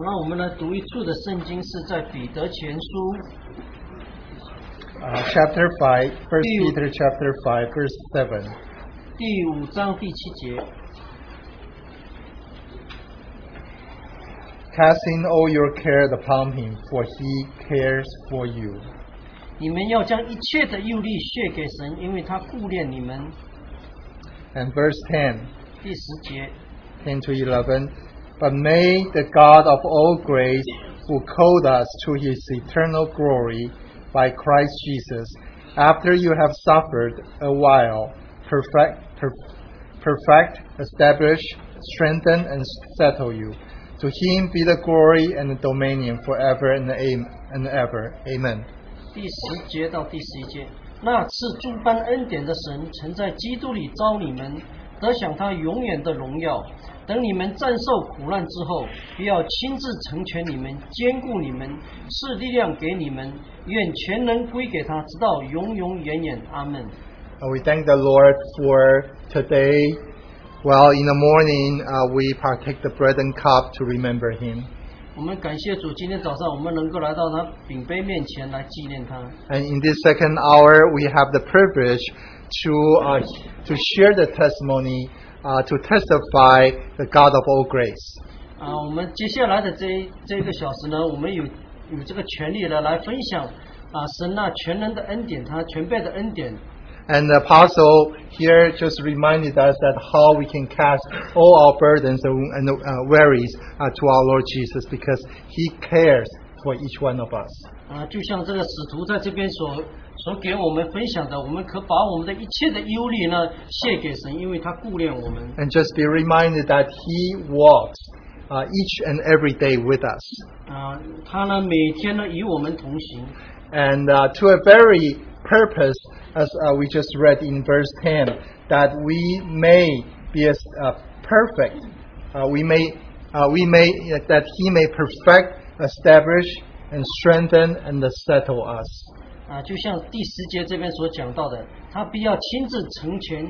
那我们来读一处的圣经是在彼得前书 uh, chapter 5, 1 Ew. Peter chapter 5, verse 7. 第五章第七节。 Casting all your care upon him, for he cares for you. 你们要将一切的忧虑卸给神，因为他顾念你们。 And verse 10, 第十节， 10 to 11. But may the God of all grace, who called us to his eternal glory by Christ Jesus, after you have suffered a while, perfect, per, perfect, establish, strengthen, and settle you. To him be the glory and the dominion forever and, am, and ever. Amen. 第十节到第十一节，那赐诸般恩典的神，曾在基督里招你们，得享他永远的荣耀。等你们战受苦难之后，必要亲自成全你们，兼顾你们，赐力量给你们。愿全能归给他，直到永永远远。阿门。 Uh, we thank the Lord for today. Well, in the morning, uh, we partake the bread and cup to remember Him. 我们感谢主，今天早上我们能够来到他饼杯面前来纪念他。 And in this second hour, we have the privilege to uh, to share the testimony, uh, to testify the God of all grace. 啊，我们接下来的这一这一个小时呢，我们有有这个权利呢来分享啊神那、全能的恩典，他全备的恩典。 And the apostle here just reminded us that how we can cast all our burdens and and, uh, worries uh, to our Lord Jesus because He cares for each one of us. 啊，就像这个使徒在这边所所给我们分享的，我们可把我们的一切的忧虑呢卸给神，因为他顾念我们。 And just be reminded that He walks uh, each and every day with us. 啊，他呢每天呢与我们同行。 and uh, to a very purpose, as uh, we just read in verse 10, that we may be as uh, perfect, uh, we may, uh, we may, that He may perfect, establish, and strengthen, and settle us. 啊，就像第十节这边所讲到的，他必要亲自成全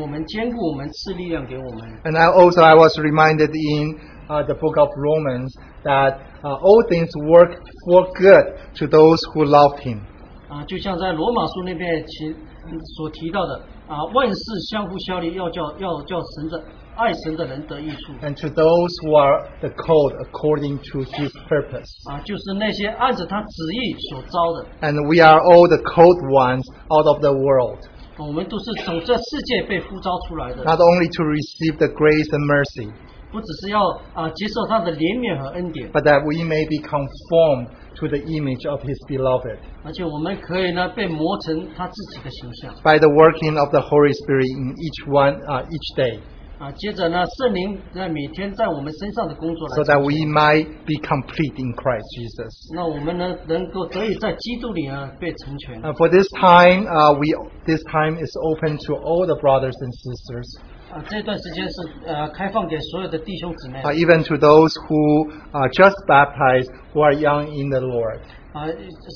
我们，兼顾我们，赐力量给我们。 And I also I was reminded in uh, the book of Romans that uh, all things work for good to those who love Him. 啊，就像在罗马书那边其嗯所提到的啊，万事相互效力，要叫要叫神的爱神的人得益处 And to those who are the called according to his purpose. 啊，就是那些按着他旨意所招的， and we are all the cold ones out of the world, 我们都是从这世界被呼召出来的， not only to receive the grace and mercy, 不只是要啊接受他的怜悯和恩典， but that we may be conformed to the image of His beloved 而且我们可以呢被磨成他自己的形象 by the working of the Holy Spirit in each one, uh, each day, 啊，接着呢圣灵在每天在我们身上的工作 so 来 that 做， we might be complete in Christ Jesus. 那我们呢能够得以在基督里呢被成全。 Uh, for this time, uh, we this time is open to all the brothers and sisters, 啊，这段时间是呃开放给所有的弟兄姊妹 uh, even to those who are just baptized, who are young in the Lord. 啊，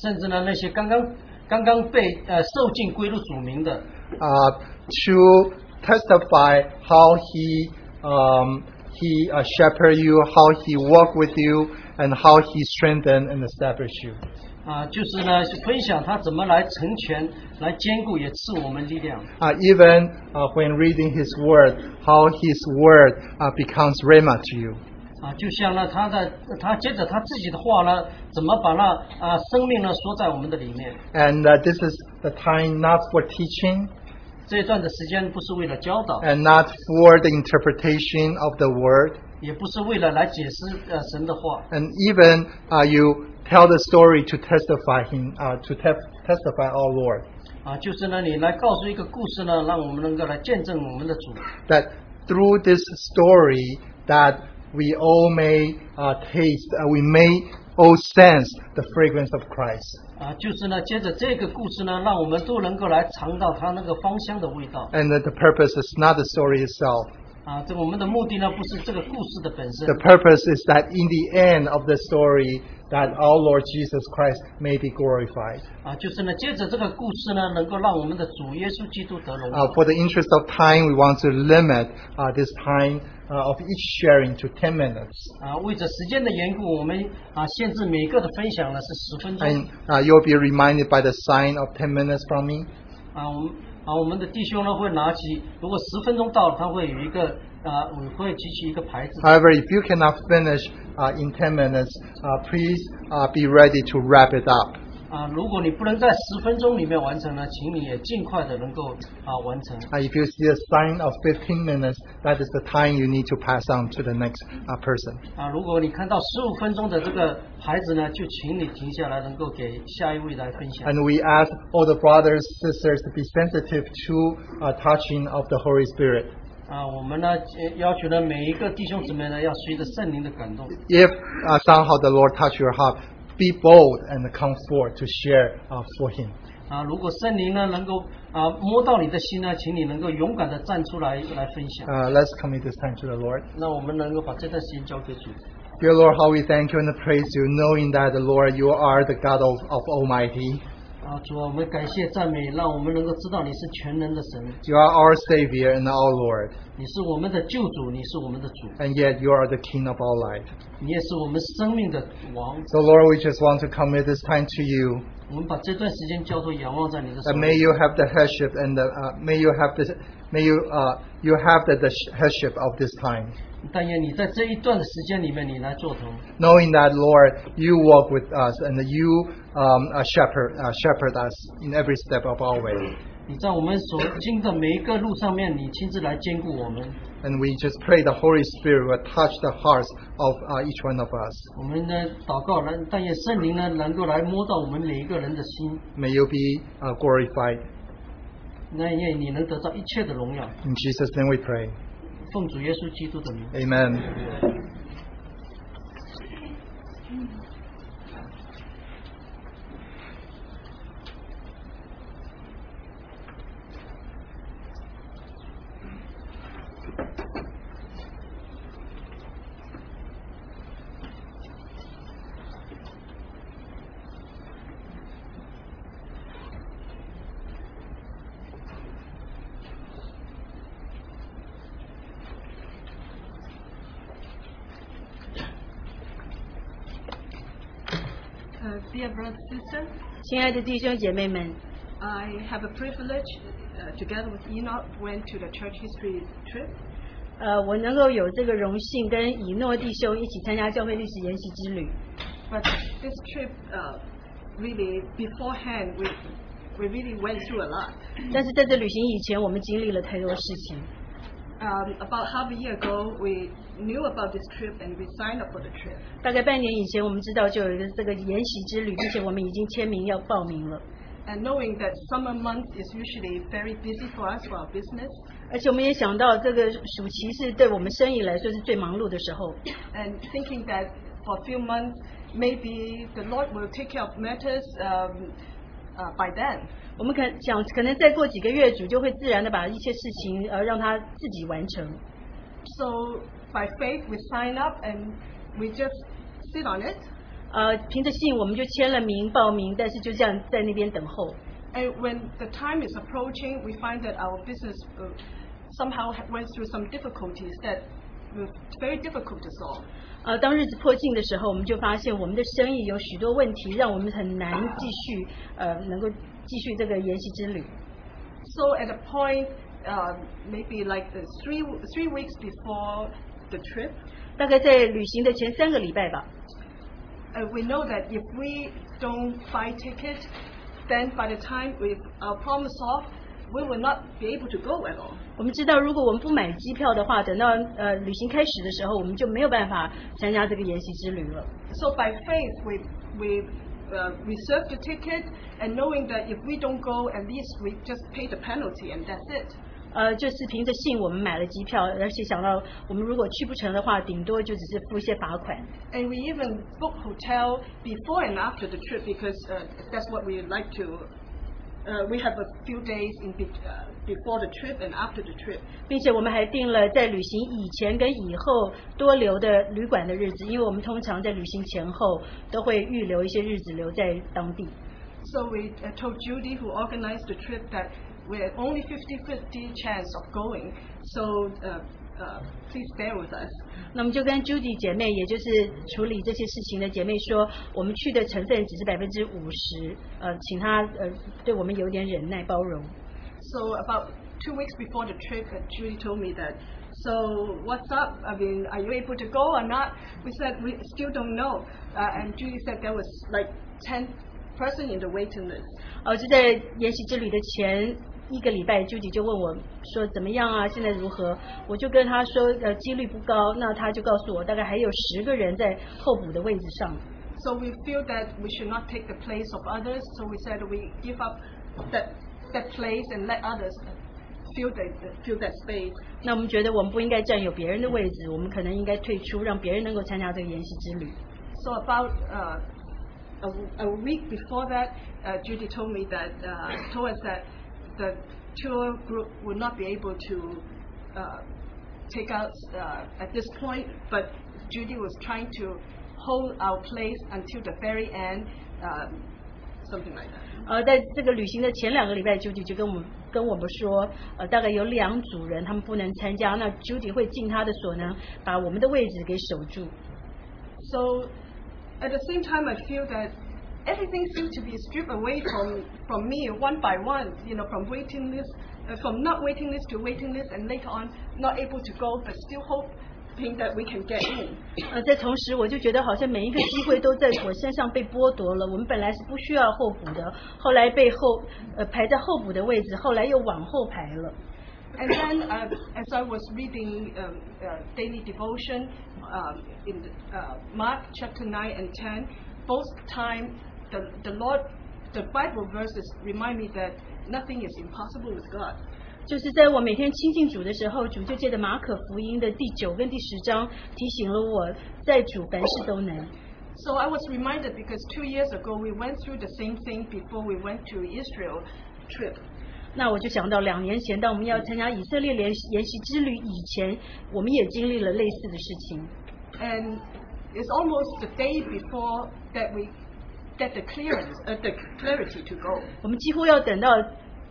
甚至呢那些刚刚刚刚被呃受尽归入主名的 uh, to testify how he um, he uh, shepherd you, how he walk with you, and how he strengthen and establish you. 啊，就是呢是分享他怎么来成全、来兼顾，也赐我们力量 Uh, even uh, when reading his word, how his word uh, becomes rhema to you. 啊，就像呢他的他接着他自己的话呢，怎么把那啊生命呢说在我们的里面。 And uh, this is the time not for teaching 这一段的时间不是为了教导， and not for the interpretation of the word. 也不是为了来解释呃神的话， And even uh, you tell the story to testify him, uh, to te- testify our Lord. 啊，就是呢你来告诉一个故事呢，让我们能够来见证我们的主。 that through this story that we all may uh, taste, uh, we may all sense the fragrance of Christ. 啊，就是呢，接着这个故事呢，让我们都能够来尝到它那个芳香的味道 And that the purpose is not the story itself. 啊。这个我们的目的呢，不是这个故事的本身 The purpose is that in the end of the story, that our Lord Jesus Christ may be glorified. 啊，就是呢，借着这个故事呢，能够让我们的主耶稣基督得荣耀 Uh, for the interest of time, we want to limit uh, this time uh, of each sharing to 10 minutes. 啊。为着时间的缘故，我们啊限制每个的分享呢是十分钟 And uh, you'll be reminded by the sign of 10 minutes from me. 啊。我们啊，我们的弟兄呢会拿起，如果十分钟到了，他会有一个啊，我会举起一个牌子 However, if you cannot finish uh, in 10 minutes, uh, please uh, be ready to wrap it up. 啊。如果你不能在十分钟里面完成呢，请你也尽快的能够啊完成。 Uh, if you see a sign of 15 minutes, that is the time you need to pass on to the next uh, person. 啊，如果你看到十五分钟的这个牌子呢，就请你停下来，能够给下一位来分享。 And we ask all the brothers, sisters to be sensitive to uh, touching of the Holy Spirit. 啊，我们呢呃要求呢每一个弟兄姊妹呢要随着圣灵的感动 If uh, somehow the Lord touch your heart, be bold and come forward to share uh, for Him. 啊，如果圣灵呢能够啊摸到你的心呢，请你能够勇敢的站出来来分享。 Uh, let's commit this time to the Lord. 那我们能够把这段时间交给主 Dear Lord, how we thank you and praise you, knowing that, Lord, you are the God of, of Almighty. 啊，主啊，我们感谢赞美，让我们能够知道你是全能的神， You are our Savior and our Lord, 你是我们的救主，你是我们的主， and yet you are the King of all life. 你也是我们生命的王。 So, Lord, we just want to commit this time to you, 我们把这段时间交托仰望在你的手 and 里 may you have the headship and the, uh, may you have the may you uh, you have the, the headship of this time, 但愿你在这一段的时间里面，你来做头， knowing that, Lord, you walk with us and you um, uh, shepherd uh, shepherd us in every step of our way. 你在我们所经的每一个路上面，你亲自来兼顾我们。 And we just pray the Holy Spirit will touch the hearts of uh, each one of us. 我们呢祷告，来但愿圣灵呢能够来摸到我们每一个人的心， May you be uh, glorified. 那愿你能得到一切的荣耀。 In Jesus' name we pray. 奉主耶稣基督的名。 Amen. Uh, dear brothers and sisters, 亲爱的弟兄姐妹们， I have a privilege, uh, together with Enoch, went to the church history trip. 呃，我能够有这个荣幸跟以诺弟兄一起参加教会历史研习之 旅。 But this trip, uh, really, beforehand, we, we really went through a lot. 但是在这旅行以前，我们经历了太多事情。 Um, about half a year ago, we knew about this trip and we signed up for the trip. 大概半年以前，我们知道就有一个这个研习之旅，并且我们已经签名要报名了。 And knowing that summer month is usually very busy for us, for our business, 而且我们也想到，这个暑期是对我们生意来说是最忙碌的时候。 and thinking that for a few months, maybe the Lord will take care of matters um, uh, by then. 我们可想，可能再过几个月，主就会自然的把一些事情呃让他自己完成。 So by faith, we sign up and we just sit on it. 呃，凭着信，我们就签了名报名，但是就这样在那边等候。 And when the time is approaching, we find that our business uh, somehow ha- went through some difficulties that were very difficult to solve. 呃，当日子迫近的时候，我们就发现我们的生意有许多问题，让我们很难继续呃能够继续这个研习之旅。 So at a point, um, maybe like the three three weeks before the trip, 大概在旅行的前三个礼拜吧， uh, we know that if we don't buy tickets, then by the time we our problem solved, we will not be able to go at all. 我们知道如果我们不买机票的话，等到呃旅行开始的时候，我们就没有办法参加这个研习之旅了。 So by faith, we we uh, reserve the ticket, and knowing that if we don't go, at least we just pay the penalty, and that's it. 呃，就是凭着信，我们买了机票，而且想到我们如果去不成的话，顶多就只是付一些罚款。 And we even book hotel before and after the trip because uh, that's what we like to Uh, we have a few days in be- uh, before the trip and after the trip. 并且我们还定了在旅行以前跟以后多留的旅馆的日子，因为我们通常在旅行前后都会预留一些日子留在当地。 So we uh, told Judy, who organized the trip, that we're only 50-50 chance of going. So uh, uh, please bear with us. 那么就跟 Judy 姐妹，也就是处理这些事情的姐妹说，我们去的成分只是百分之五十，呃，请她呃对我们有点忍耐包容。 So about two weeks before the trip, uh, Judy told me that. So what's up? I mean, are you able to go or not? We said we still don't know. Uh, and Judy said there was like ten person in the waiting list. 呃，就在研习之旅的前一个礼拜，Judy 就问我说怎么样啊，现在如何？我就跟她说，呃，几率不高。那她就告诉我，大概还有十个人在候补的位置上。 So we feel that we should not take the place of others. So we said we give up that that place and let others fill that fill that space. 那我们觉得我们不应该占有别人的位置，我们可能应该退出，让别人能够参加这个研习之旅。 So about uh, a, a week before that, uh, Judy told me that uh, told us that the tour group would not be able to uh, take us uh, at this point, but Judy was trying to hold our place until the very end, um, something like that. 呃，在这个旅行的前两个礼拜，Judy 就跟我们跟我们说，呃，大概有两组人他们不能参加，那 Judy 会尽她的所能把我们的位置给守住。 So at the same time, I feel that everything seemed to be stripped away from, from me one by one, you know, from waiting list, uh, from not waiting list to waiting list, and later on not able to go, but still hoping that we can get in. 呃，在同时，我就觉得好像每一个机会都在我身上被剥夺了。我们本来是不需要候补的，后来被后呃排在候补的位置，后来又往后排了。 And then, uh, as I was reading um, uh, daily devotion um, in the, uh, Mark chapter 9 and 10, both time the, the Lord, the Bible verses remind me that nothing is impossible with God. 就是在我每天亲近主的时候，主就借着马可福音的第九跟第十章提醒了我，在主凡事都能。 So I was reminded because two years ago we went through the same thing before we went to Israel trip. 那我就想到两年前，当我们要参加以色列联研习之旅以前，我们也经历了类似的事情。 And it's almost the day before that we get the clearance, uh, the clarity to go. 我们几乎要等到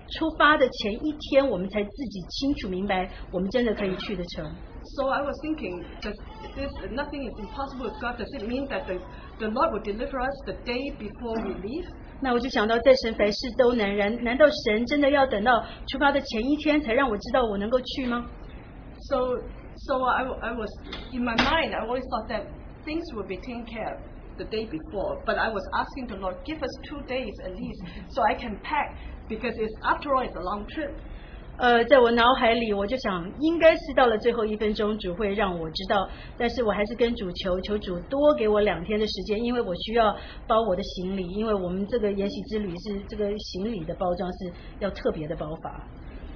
出发的前一天，我们才自己清楚明白，我们真的可以去得成。 So I was thinking, does this nothing is impossible with God? Does it mean that the, the Lord will deliver us the day before we leave? 那我就想到，在神凡事都能，然难道神真的要等到出发的前一天才让我知道我能够去吗？ So so I, w- I was in my mind I always thought that things would be taken care of the day before, but I was asking the Lord, give us two days at least so I can pack because it's after all it's a long trip. 呃，在我脑海里，我就想，应该是到了最后一分钟，主会让我知道。但是我还是跟主求，求主多给我两天的时间，因为我需要包我的行李，因为我们这个研习之旅是这个行李的包装是要特别的包法。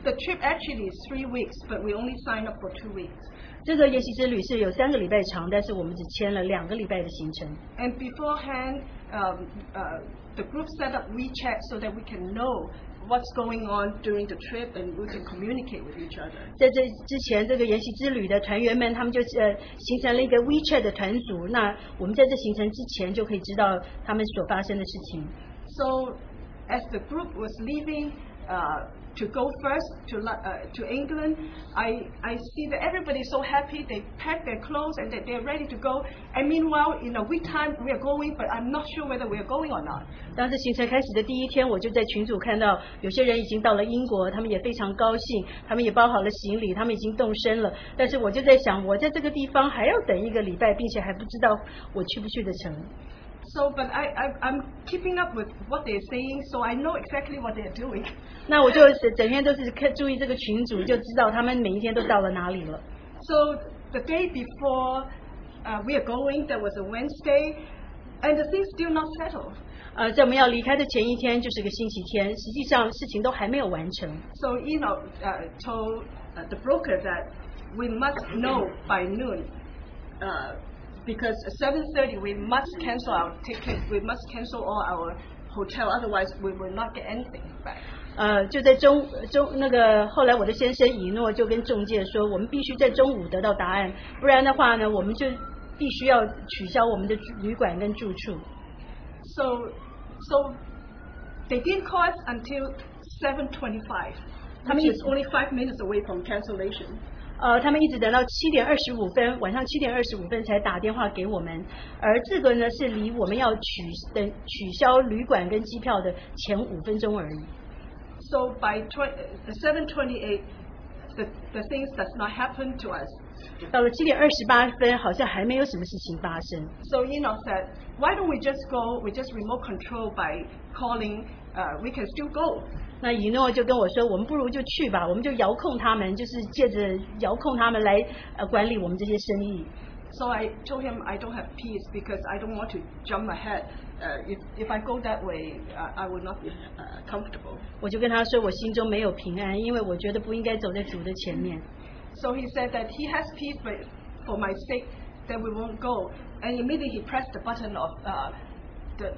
The trip actually is three weeks, but we only signed up for two weeks. 这个研习之旅是有三个礼拜长，但是我们只签了两个礼拜的行程。 And beforehand, um, uh, the group set up WeChat so that we can know what's going on during the trip and we can communicate with each other. 在这之前，这个研习之旅的团员们，他们就呃形成了一个 WeChat 的团组。那我们在这行程之前就可以知道他们所发生的事情。 So, as the group was leaving uh, to go first to Lo- uh, to England, I I see that everybody's so happy. They pack their clothes and that they're ready to go. And meanwhile, in a week time, we are going, but I'm not sure whether we are going or not. 当这行程开始的第一天，我就在群组看到有些人已经到了英国，他们也非常高兴，他们也包好了行李，他们已经动身了。但是我就在想，我在这个地方还要等一个礼拜，并且还不知道我去不去得成。 So, but I, I I'm keeping up with what they're saying, so I know exactly what they're doing. 那我就整天都是看注意这个群组，就知道他们每一天都到了哪里了。 So the day before uh, we are going, that was a Wednesday, and the thing's still not settled. 呃，在我们要离开的前一天就是个星期天，实际上事情都还没有完成。 So Enoch uh, told uh, the broker that we must know by noon, uh, because at 7:30 we must cancel our ticket, we must cancel all our hotel, otherwise we will not get anything back. 呃，就在中中那个后来我的先生以诺就跟中介说，我们必须在中午得到答案，不然的话呢，我们就必须要取消我们的住旅馆跟住处。 So, so they didn't call us until 7:25, How which many- is only five minutes away from cancellation. 呃，他们一直等到七点二十五分，晚上七点二十五分才打电话给我们，而这个呢是离我们要取等取消旅馆跟机票的前五分钟而已。 So by 20, 7:28, the, the things does not happen to us. 到了七点二十八分，好像还没有什么事情发生。 So Enoch said, why don't we just go? We just remote control by calling. Uh, we can still go. 那以诺就跟我说，我们不如就去吧，我们就遥控他们，就是借着遥控他们来呃管理我们这些生意。 So I told him I don't have peace because I don't want to jump ahead. Uh, if, if I go that way, uh, I will not be uh, comfortable. 我就跟他说，我心中没有平安，因为我觉得不应该走在主的前面。 So he said that he has peace, but for my sake, that we won't go. And immediately he pressed the button of uh, the,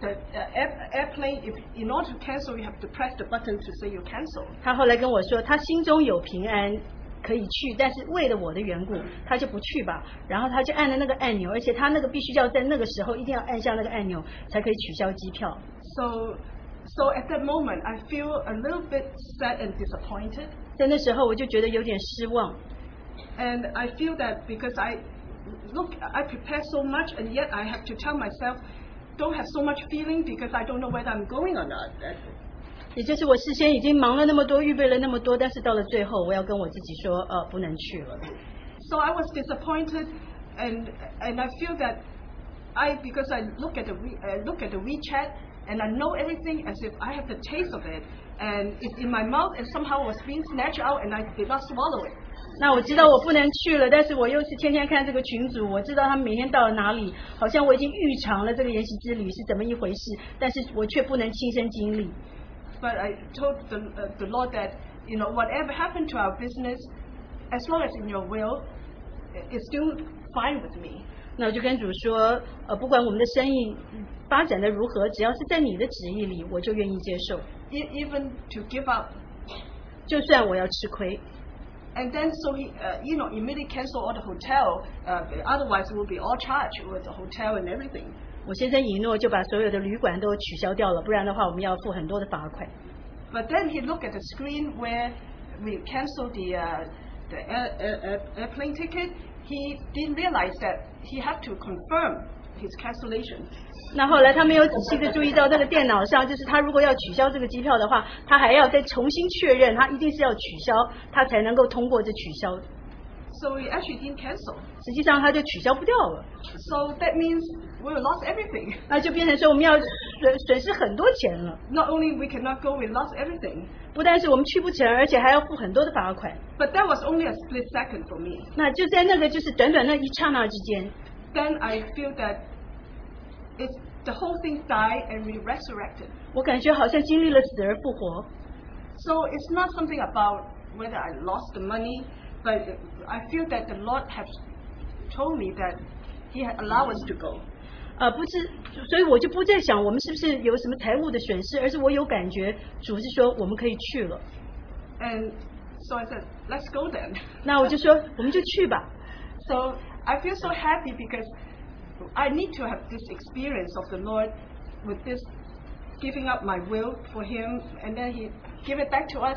the uh, air, airplane. If, in order to cancel, you have to press the button to say you cancel. 他后来跟我说，他心中有平安可以去，但是为了我的缘故，他就不去吧。然后他就按了那个按钮，而且他那个必须要在那个时候一定要按下那个按钮，才可以取消机票。 So, so at that moment, I feel a little bit sad and disappointed. 在那时候，我就觉得有点失望。 And I feel that because I look, I prepare so much, and yet I have to tell myself, don't have so much feeling because I don't know whether I'm going or not. That- 也就是我事先已经忙了那么多，预备了那么多，但是到了最后，我要跟我自己说，呃，不能去了。 So I was disappointed, and and I feel that I because I look at the we- I look at the WeChat and I know everything as if I have the taste of it, and it's in my mouth, and somehow it was being snatched out, and I did not swallow it. 那我知道我不能去了，但是我又是天天看这个群组，我知道他们每天到了哪里，好像我已经预尝了这个研习之旅是怎么一回事，但是我却不能亲身经历。 But I told the, uh, the Lord that, you know, whatever happened to our business, as long as in your will, i- it's still fine with me. 那我就跟主说，呃，不管我们的生意发展的如何，只要是在你的旨意里，我就愿意接受， E- even to give up. 就算我要吃亏。 And then, so he, uh, you know, immediately cancel all the hotel. Uh, otherwise, we'll be all charged with the hotel and everything. 我先生一诺就把所有的旅馆都取消掉了，不然的话我们要付很多的罚款。 But then he looked at the screen where we canceled the, uh, the air, air, air- airplane ticket. He didn't realize that he had to confirm his cancellation. 那后来他没有仔细的注意到那个电脑上，就是他如果要取消这个机票的话，他还要再重新确认，他一定是要取消，他才能够通过这取消。 So he actually didn't cancel. 实际上他就取消不掉了， So that means we lost everything. 那就变成说我们要损损失很多钱了。 Not only we cannot go, we lost everything. 不但是我们去不成，而且还要付很多的罚款。 But that was only a split second for me. 那就在那个就是短短那一刹那之间， Then I feel that it's, the whole thing died and we resurrected. 我感觉好像经历了死而复活。 So it's not something about whether I lost the money, but I feel that the Lord has told me that He had allowed us to go. 呃，不是，所以我就不再想我们是不是有什么财务的损失，而是我有感觉主是说我们可以去了。 And so I said, let's go then. 那我就说我们就去吧。 So I feel so happy because I need to have this experience of the Lord with this giving up my will for Him, and then He give it back to us.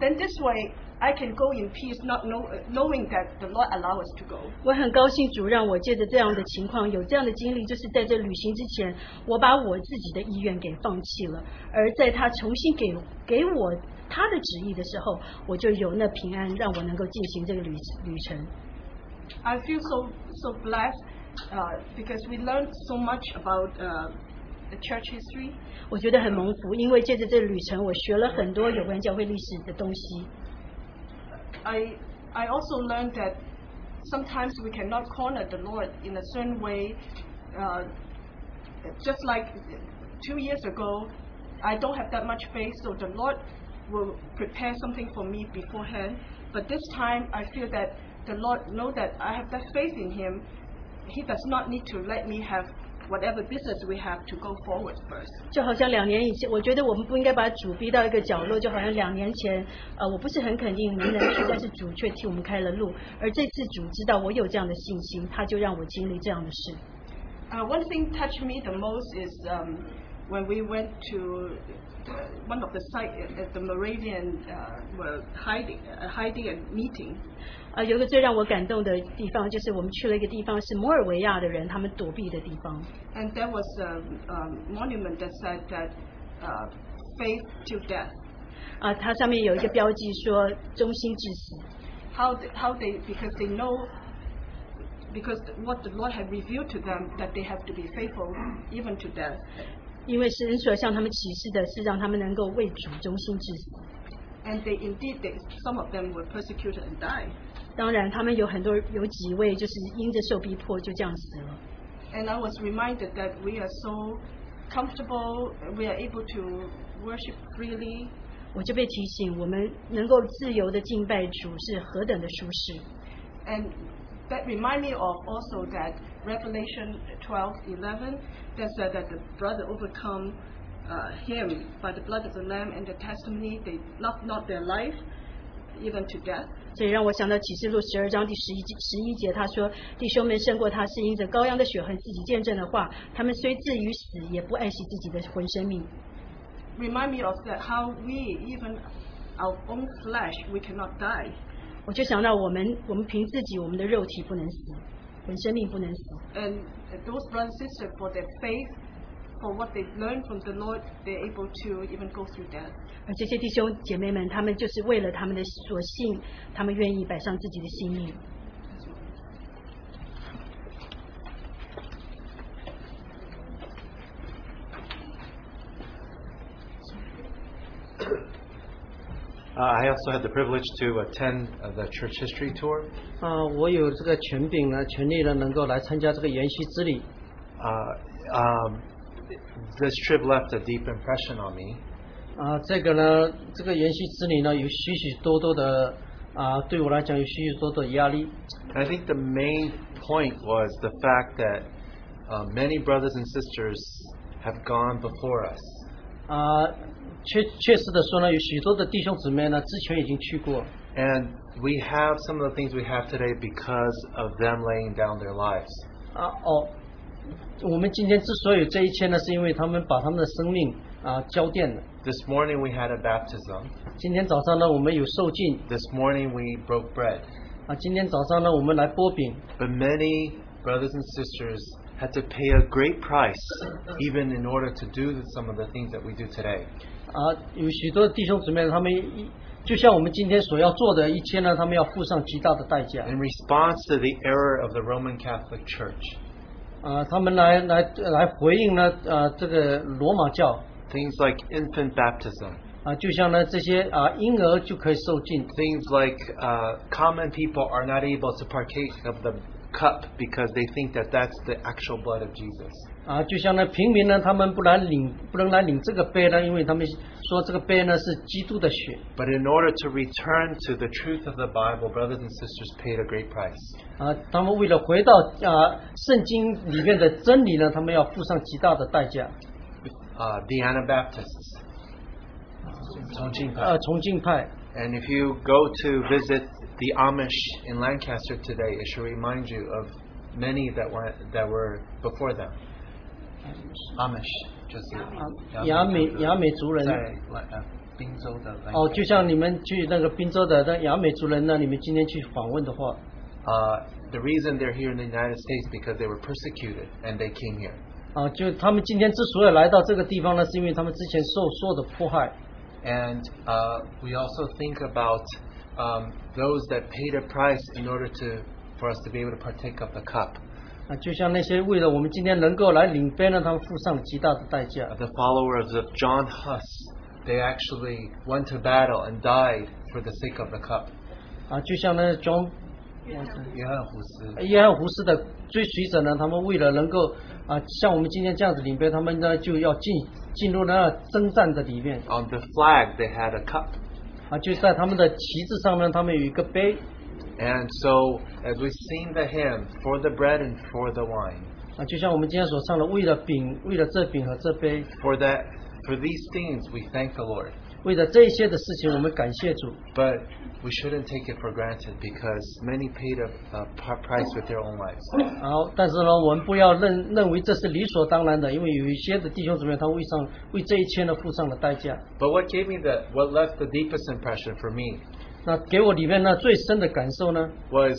Then this way, I can go in peace, not know, knowing that the Lord allow us to go. 我很高兴主让我借着这样的情况有这样的经历，就是在这旅行之前，我把我自己的意愿给放弃了，而在他重新给给我他的旨意的时候，我就有那平安，让我能够进行这个旅旅程。 I feel so so blessed uh, because we learned so much about uh, the church history, 我觉得很蒙福，因为借着这旅程，我学了很多有关教会历史的东西。 I I also learned that sometimes we cannot corner the Lord in a certain way. Uh, just like two years ago, I don't have that much faith, so the Lord will prepare something for me beforehand. But this time, I feel that the Lord know that I have that faith in Him. He does not need to let me have whatever business we have to go forward first. 就好像两年以前，我觉得我们不应该把主逼到一个角落，就好像两年前，呃，我不是很肯定没能去，但是主却替我们开了路。而这次主知道我有这样的信心，他就让我经历这样的事。 Uh, one thing touched me the most is um, when we went to uh, one of the site that the Moravian uh, were hiding, uh, hiding and meeting. 呃，有一个最让我感动的地方，就是我们去了一个地方，是摩尔维亚的人他们躲避的地方。 And there was a um, monument that said that uh, faith to death, 啊、它上面有一个标记说“忠心至死 how they, how they because they know because what the Lord had revealed to them that they have to be faithful even to death. ”，因为神所向他们启示的是让他们能够为主忠心至死。 And they indeed, they, some of them were persecuted and died. 当然，他们有很多有几位就是因着受逼迫就这样死了。 And I was reminded that we are so comfortable, we are able to worship freely, 我就被提醒，我们能够自由的敬拜主是何等的舒适。 and that remind me of also that Revelation 12:11 that said that the brother overcome uh, him by the blood of the lamb and the testimony they loved not their life even to death. 这也让我想到启示录十二章第十一节十一节，他说：“弟兄们胜过他是因着羔羊的血和自己见证的话，他们虽至于死，也不爱惜自己的魂生命。 Remind me of that how we even our own flesh we cannot die ”我就想到我们，我们凭自己，我们的肉体不能死，魂生命不能死。 and those brothers and sisters for their faith for what they've learned from the Lord they're able to even go through death. 而这些弟兄姐妹们，他们就是为了他们的所信，他们愿意摆上自己的性命。 Uh, I also had the privilege to attend uh, the church history tour. 啊，我有这个权柄呢，权利呢，能够来参加这个研习之旅。 Uh, um, this trip left a deep impression on me. 啊，这个呢，这个研习之旅呢，有许许多多的啊，对我来讲有许许多多的压力。 And I think the main point was the fact that uh, many brothers and sisters have gone before us. 啊，确确实的说呢，有许多的弟兄姊妹呢，之前已经去过， And we have some of the things we have today because of them laying down their lives. 啊哦，我们今天之所以有这一切呢，是因为他们把他们的生命啊交奠了。 This morning we had a baptism. 今天早上呢，我们有受尽 This morning we broke bread. 啊，今天早上呢，我们来剥饼 But many brothers and sisters had to pay a great price even in order to do some of the things that we do today. 啊，有许多弟兄姊妹，他们一就像我们今天所要做的一切呢，他们要付上极大的代价 In response to the error of the Roman Catholic Church, 啊，他们来来来回应呢啊这个罗马教 things like infant baptism, 啊，就像呢这些啊婴儿就可以受尽 things like uh, common people are not able to partake of the cup because they think that that's the actual blood of Jesus. 啊，就像呢平民呢，他们不来领不能来领这个杯呢，因为他们说这个杯呢是基督的血。 But in order to return to the truth of the Bible, brothers and sisters paid a great price. 啊，他们为了回到啊圣经里面的真理呢，他们要付上极大的代价。 Uh, the Anabaptists. 呃，崇敬派 And if you go to visit the Amish in Lancaster today, it should remind you of many that were that were before them. Amish, just 雅美雅美族人。哦，就像你们去那个滨州的那雅美族人那里面，今天去访问的话， Uh, the reason they're here in the United States because they were persecuted and they came here. 啊，就他们今天之所以来到这个地方呢，是因为他们之前受受的迫害。 And uh, we also think about um, those that paid a price in order to for us to be able to partake of the cup. 啊，就像那些为了我们今天能够来领杯呢，他们付上极大的代价。 the followers of John Huss, they actually went to battle and died for the sake of the cup. 啊，就像呃呢，John 约翰胡斯。约翰胡适的追随者呢，他们为了能够啊，像我们今天这样子领杯，他们呢就要进进入那征战的里面 On the flag, they had a cup. 啊，就在他们的旗帜上呢，他们有一个杯 And so, as we sing the hymn, for the bread and for the wine, 啊，就像我们今天所唱的，为了饼，为了这饼和这杯， For that, for these things, we thank the Lord. 为了这些的事情，我们感谢主。 But we shouldn't take it for granted because many paid a, a p- price with their own lives. 好，但是呢，我们不要认认为这是理所当然的，因为有一些的弟兄姊妹，他为上为这一切呢付上了代价。 But what gave me the, what left the deepest impression for me 那给我里面呢最深的感受呢， was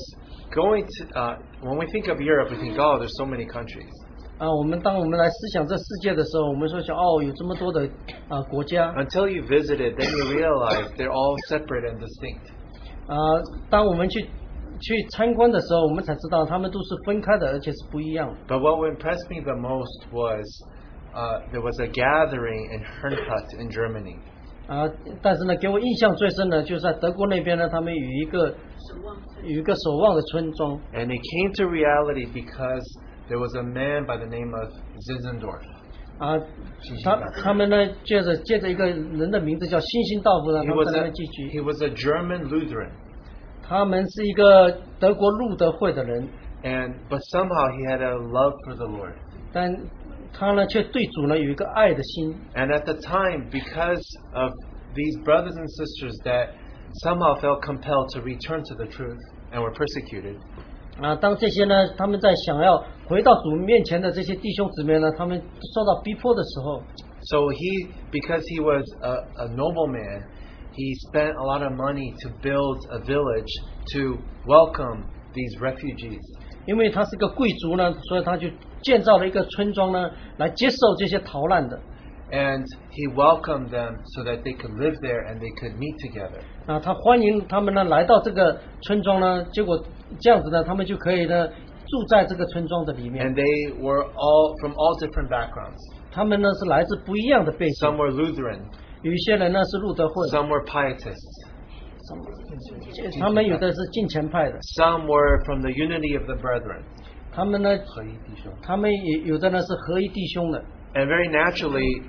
going to, uh, when we think of Europe, we think, oh, there's so many countries. 啊，我们当我们来思想这世界的时候，我们说想哦，有这么多的啊国家 Until you visited, then you realize they're all separate and distinct. 啊，当我们去去参观的时候，我们才知道他们都是分开的，而且是不一样的。 But what impressed me the most was uh, there was a gathering in Herrnhut in Germany. 啊，但是呢，给我印象最深的就是在德国那边呢，他们有一个有一个守望的村庄 And it came to reality because there was a man by the name of Zinzendorf. 啊，他他们呢借着借着一个人的名字叫星星道夫呢， He 他们 was 在那边聚 a, 集 he。was a German Lutheran, 他们是一个德国路德会的人， and but somehow he had a love for the Lord. 但他呢却对主呢有一个爱的心。 And at the time, because of these brothers and sisters that somehow felt compelled to return to the truth and were persecuted, 啊，当这些呢，他们在想要回到主面前的这些弟兄姊妹呢，他们受到逼迫的时候， so he, because he was a, a nobleman, he spent a lot of money to build a village to welcome these refugees. 因为他是个贵族呢，所以他就建造了一个村庄呢，来接受这些逃难的。 And he welcomed them so that they could live there and they could meet together. 啊，他欢迎他们呢来到这个村庄呢，结果这样子呢，他们就可以呢住在这个村庄的里面。 And they were all from all different backgrounds. 他们呢是来自不一样的背景，Some were Lutheran, 有一些人呢是路德会， some were pietists, 他们有的是近前派的， some were from the unity of the brethren. 他们呢，他们也有的呢是合一弟兄的。 And very naturally,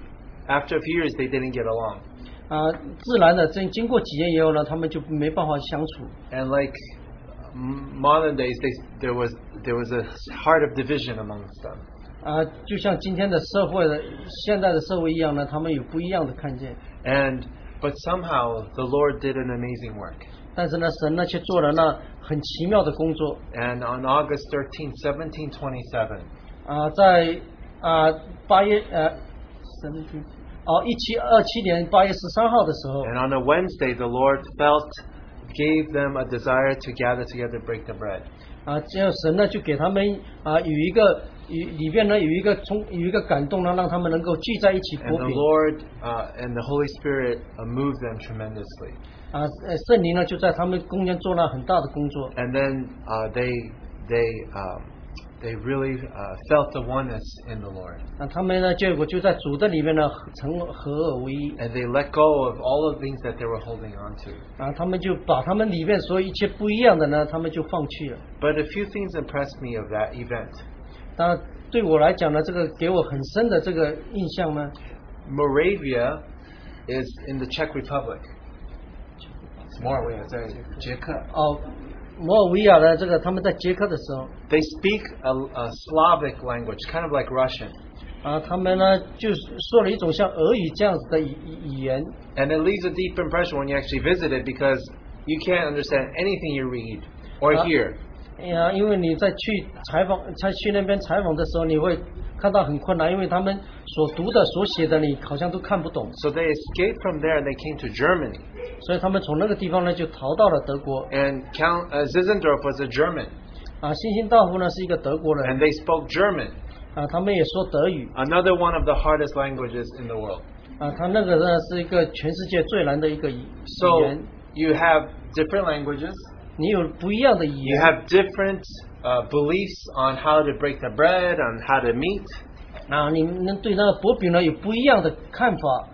after a few years, they didn't get along. 啊，自然的，经经过几年以后呢，他们就没办法相处。 And like m- modern days, they, there was there was a heart of division amongst them. 啊，就像今天的社会的现在的社会一样呢，他们有不一样的看见。 And but somehow the Lord did an amazing work. 但是呢，神呢却做了那很奇妙的工作 And on August 13, 1727, 啊，在啊八月呃什么天哦一七二七年八月十三号的时候 and on a Wednesday, the Lord felt gave them a desire to gather together, break the bread. 啊，只有神呢就给他们啊有一个有里边呢有一个冲有一个感动呢，让他们能够聚在一起 And 博 the 饼 Lord uh, and the Holy Spirit uh, moved them tremendously. 啊，呃圣灵呢就在他们中间做了很大的工作。 And then uh, they they um, they really uh, felt the oneness in the Lord, 那他们呢，结果就在主的里面呢，成合二为一 and they let go of all of the things that they were holding on to. 啊，他们就把他们里面呃所有一切不一样的呢，他们就放弃了。 But a few things impressed me of that event. 当然，对我来讲呢，这个给我很深的这个印象呢， Moravia is in the Czech Republic. It's Moravia, it's a- Czech. 哦，摩尔维亚的这个他们在捷克的时候 They speak a, a Slavic language, kind of like Russian. 啊，他们呢就是说了一种像俄语这样子的语语言 And it leaves a deep impression when you actually visit it because you can't understand anything you read or Uh, hear. 哎呀，因为你在去采访，在去那边采访的时候，你会看到很困难，因为他们所读的、所写的，你好像都看不懂， So they escaped from there and they came to Germany. 所以他们从那个地方呢就逃到了德国。 And Count uh, Zinzendorf was a German, 啊，辛辛道夫呢是一个德国人 and they spoke German, 啊，他们也说德语 another one of the hardest languages in the world. 啊，他那个呢是一个全世界最难的一个语语 So 言， you have different languages, 你有不一样的语 you 言 have different uh, beliefs on how to break the bread, on how to meet. 啊，你们对那个薄饼呢有不一样的看法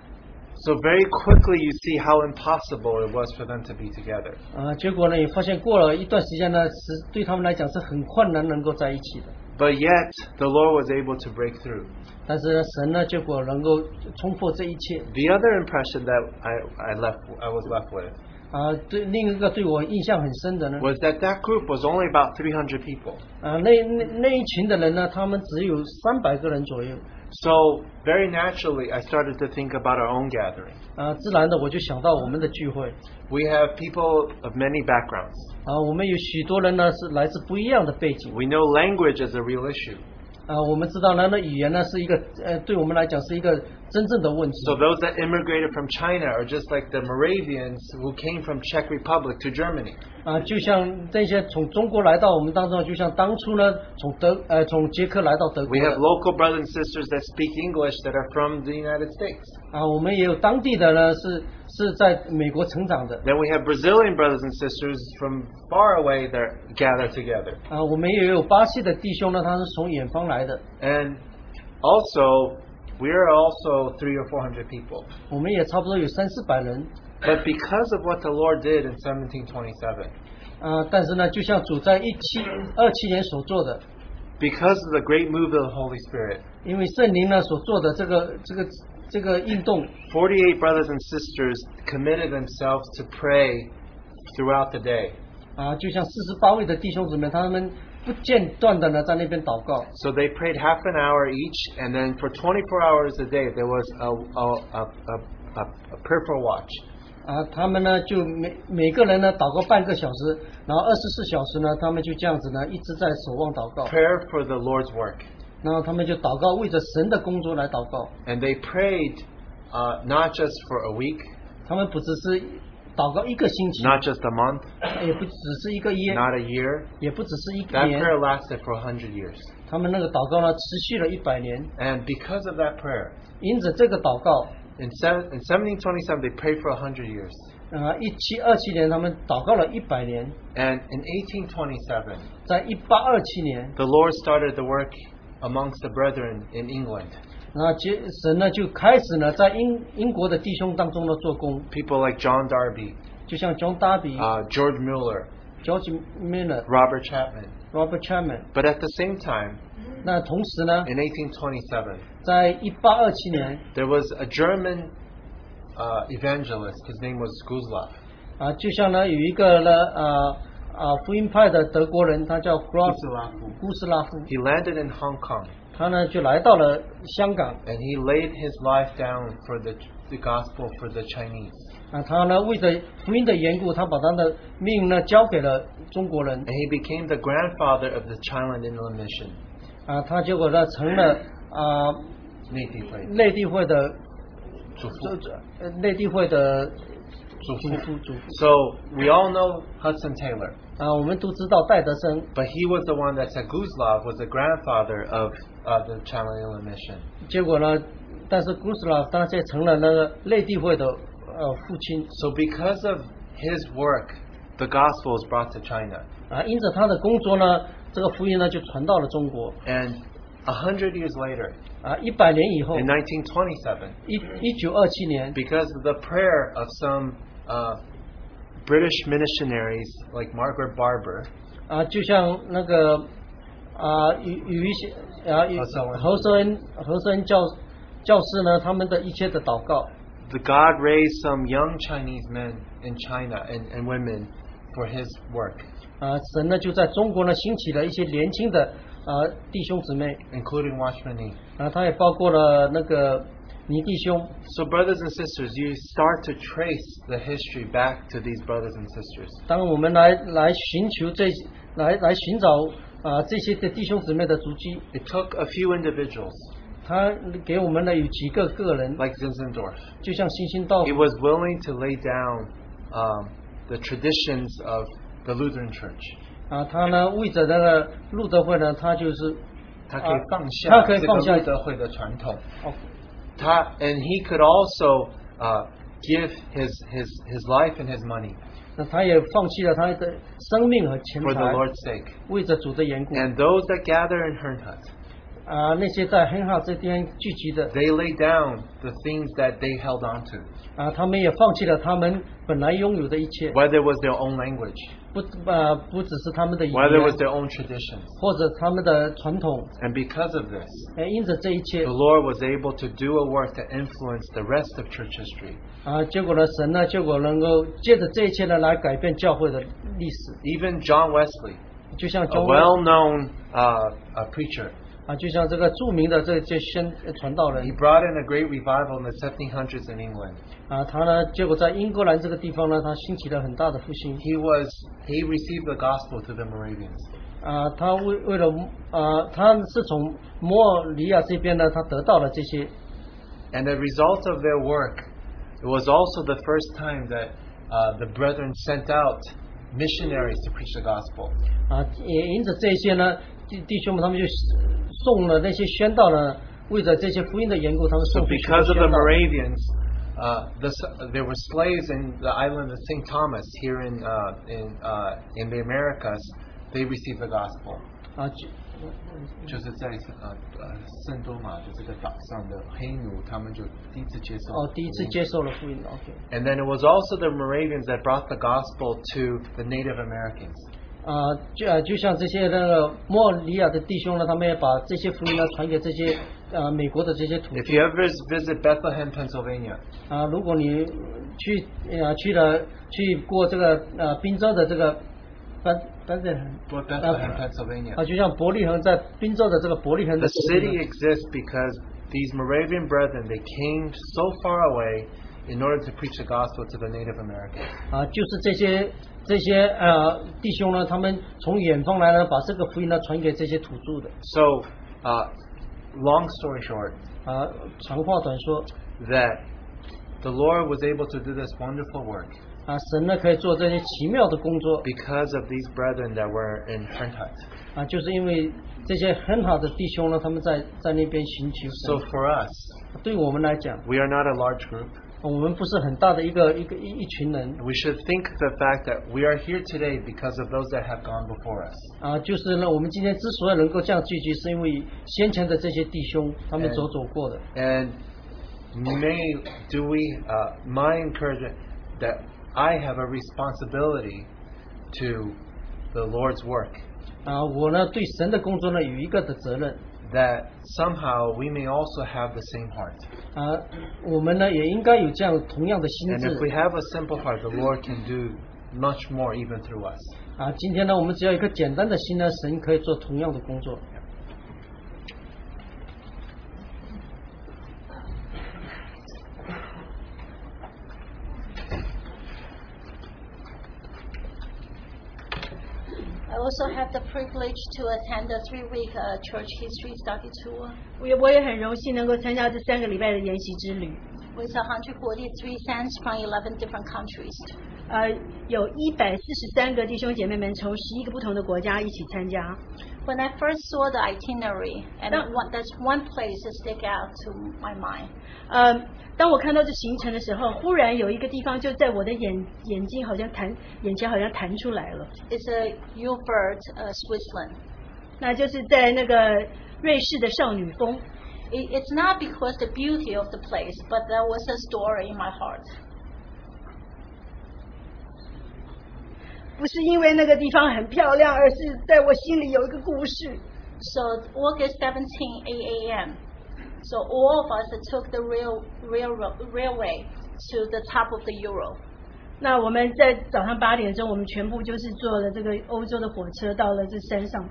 So very quickly you see how impossible it was for them to be together. 啊，结果呢也发现过了一段时间呢，是对他们来讲是很困难能够在一起的， But yet the Lord was able to break through. 但是呢神呢结果能够冲破这一切 The other impression that I, I left I was left with 啊，对，另一个对我印象很深的呢， was that that group was only about 300 people. 啊，那那那一群的人呢，他们只有三百个人左右， So very naturally, I started to think about our own gathering. 啊，自然的我就想到我们的聚会， We have people of many backgrounds. 啊，我们有许多人呢是来自不一样的背景， We know language is a real issue. 啊，我们知道呢，那语言呢是一个呃，对我们来讲是一个真正的问题， So those that immigrated from China are just like the Moravians who came from Czech Republic to Germany. 啊，就像这些从中国来到我们当中，就像当初呢从德呃从捷克来到德国 We 的 have local brothers and sisters that speak English that are from the United States. 啊，我们也有当地的呢是是在美国成长的 Then we have Brazilian brothers and sisters from far away that gather together. 啊，我们也有巴西的弟兄呢，他是从远方来的， And also, we are also three or four hundred people. 我们也差不多有三四百人 But because of what the Lord did in 1727, 啊，但是呢，就像主在一七二七年所做的， because of the great move of the Holy Spirit, 因为圣灵呢所做的这个这个这个运动48 brothers and sisters committed themselves to pray throughout the day. 啊，就像四十八位的弟兄姊妹，他们不间断的呢在那边祷告 So they prayed half an hour each, and then for 24 hours a day, there was a, a, a, a, a, a prayerful watch. 啊，他们呢就每每个人呢祷告半个小时，然后二十四小时呢他们就这样子呢一直在守望祷告， Prayer for the Lord's work. 然后他们就祷告为着神的工作来祷告， And they prayed uh, not just for a week, 他们不只是祷告一个星期， not just a month, 也不只是一个月， not a year. 也不只是一 That 年， prayer lasted for 100 years. 他们那个祷告呢持续了一百年， And because of that prayer, 因此这个祷告。 in, seven, in 1727, they prayed for 100 years. 啊，一七二七年他们祷告了一百年， And in 1827, 在一八二七年， the Lord started the work amongst the brethren in England. 然后接神呢就开始呢在英英国的弟兄当中呢做工， People like John Darby, 就像 John Darby、 uh, George Mueller, George Miller、 Robert Chapman. Robert Chapman。 But at the same time, 那同时呢， in 1827, 在一八二七年 there was a German uh, evangelist. His name was Guzlav. 啊，就像呢有一个呢啊啊福音派的德国人，他叫 Gross 古斯拉夫， He landed in Hong Kong 他呢就来到了香港 and he laid his life down for the, the gospel for the Chinese. 啊，他呢为着福音的缘故，他把他的命呢交给了中国人 And he became the grandfather of the Chilean Inland Mission. 啊，他结果呢成了啊 Native place. 内地会的祖这父。这呃内地会的祖祖父。父祖父 So we all know Hudson Taylor, 啊，我们都知道戴德生 but he was the one that said Guzlov was the grandfather of uh, the Chilean Mission. 结果呢，但是古斯拉他却成了那个内地会的呃父亲 So because of his work, the gospel was brought to China, 啊，因此他的工作呢，这个福音呢就传到了中国 and a hundred years later, 啊，一百年以后， in 1927, 一一九二七年 because of the prayer of some uh, British missionaries like Margaret Barber, 啊，就像那个啊有有一些啊有何寿恩侯寿恩侯寿恩教教师呢，他们的一切的祷告 the God raised some young Chinese men in China and, and women for His work, 啊，神呢就在中国呢兴起了一些年轻的啊弟兄姊妹 including Watchman Nee. 啊，他也包括了那个尼弟兄 So, brothers and sisters, you start to trace the history back to these brothers and sisters. 当我们来来寻求这来来寻找啊、这些的弟兄姊妹的足迹， It took a few individuals, 他给我们的有几个个人， like Zinzendorf. 就像星星道 He was willing to lay down um, the traditions of the Lutheran Church. 啊，他呢为着那个路德会呢，他就是啊，他可以放下 Uh, 他可以放下。这个路德会的传统。哦他- And he could also uh, give his, his, his life and his money 那他也放弃了他的生命和钱 for the 财， Lord's sake. 为着主的缘故 And those that gather in Hernhut, 啊、那些在很好这地方聚集的 They laid down the things that they held on to, 啊、他们也放弃了他们本来拥有的一切， whether it was their own language, 不啊、不只是他们的啊语 whether it 言 was，their own traditions. 或者他们的传统， And because of this, 哎、因着这一切 the Lord was able to do a work that influenced the rest of church history, 啊、结果呢，神呢，结果能够借着这一切呢来改变教会的历史， even John Wesley, 就像 a 中 well-known uh, a preacher. 啊，就像这个著名的这这宣呃传道 He 人 brought in a great revival in the 1700s in England. 啊，他呢，结果在英格兰这个地方呢，他兴起了很大的复兴 He was he received the gospel through the Moravians. 啊，他为为了啊，他是从摩尔利亚这边呢，他得到了这些 And the result of their work, it was also the first time that uh, the brethren sent out missionaries to preach the gospel. 啊，也因此这些呢，弟弟兄们他们就送了那些宣道呢，为着这些福音的缘故，他们 So 送回去 because of 宣 the 道。 Moravians, uh, the, s- there were slaves in the island of St. Thomas here in uh, in uh, in the Americas. They received the gospel. 啊，就嗯 uh, 就是在呃呃圣多玛的这个岛上的黑奴，他们就第一次接受哦，第一次接受了福音，OK。 And then it was also the Moravians that brought the gospel to the Native Americans. 啊，就啊，就像这些那个莫里亚的弟兄呢，他们也把这些福音呢传给这些啊美国的这些土 If 著 you ever visit Bethlehem, Pennsylvania, 啊。如果你去啊去了去过这个啊宾州的这个班班镇恒 Bo- Bethlehem, Uh, Pennsylvania, 啊，就像伯利恒在宾州的这个伯利恒的 the 这个地 city 方 exists because these Moravian brethren they came so far away in order to preach the gospel to the Native Americans. 啊，就是这些这些呃弟兄呢，他们从远方来呢，把这个福音呢传给这些土著的 So, uh, long story short, 啊。长话短说 that the Lord was able to do this wonderful work 啊，神呢可以做这些奇妙的工作 because of these brethren that were in Turnhut. 啊，就是因为这些很好的弟兄呢，他们在在那边寻求 So 神。 for us, 对我们来讲， we are not a large group. 我们不是很大的一个一个一一群人 We should think the fact that we are here today because of those that have gone before us. 啊，就是呢，我们今天之所以能够这样聚集，是因为先前的这些弟兄他们嗯所走过的 And may do we, uh, my encouragement that I have a responsibility to the Lord's work, 啊，我呢对神的工作呢有一个的责任 that somehow we may also have the same heart. 啊，我们呢也应该有这样同样的心 And 智 if we have a simple heart, the Lord can do much more even through us. 啊。今天呢，我们只要一个简单的心呢，神可以做同样的工作。 I also have the privilege to attend the three-week uh, church history study tour 我也我也很荣幸能够参加这三个礼拜的研习之旅。 with 143 saints from 11 different countries. 呃，有一百四十三个弟兄姐妹们从十一个不同的国家一起参加。 When I first saw the itinerary, and Now- one, that's one place that stick out to my mind. 呃，当我看到这行程的时候，忽然有一个地方就在我的眼眼睛好像弹眼前好像弹出来了， It's a Ubert, uh, Switzerland. 那就是在那个瑞士的少女峰。 It, it's not because the beauty of the place, but there was a story in my heart. 不是因为那个地方很漂亮，而是在我心里有一个故事。 So August 17, 8 a.m. So all of us took the rail, rail, railway to the top of the Euro. 那我们在早上八点钟，我们全部就是坐了这个欧洲的火车到了这山上。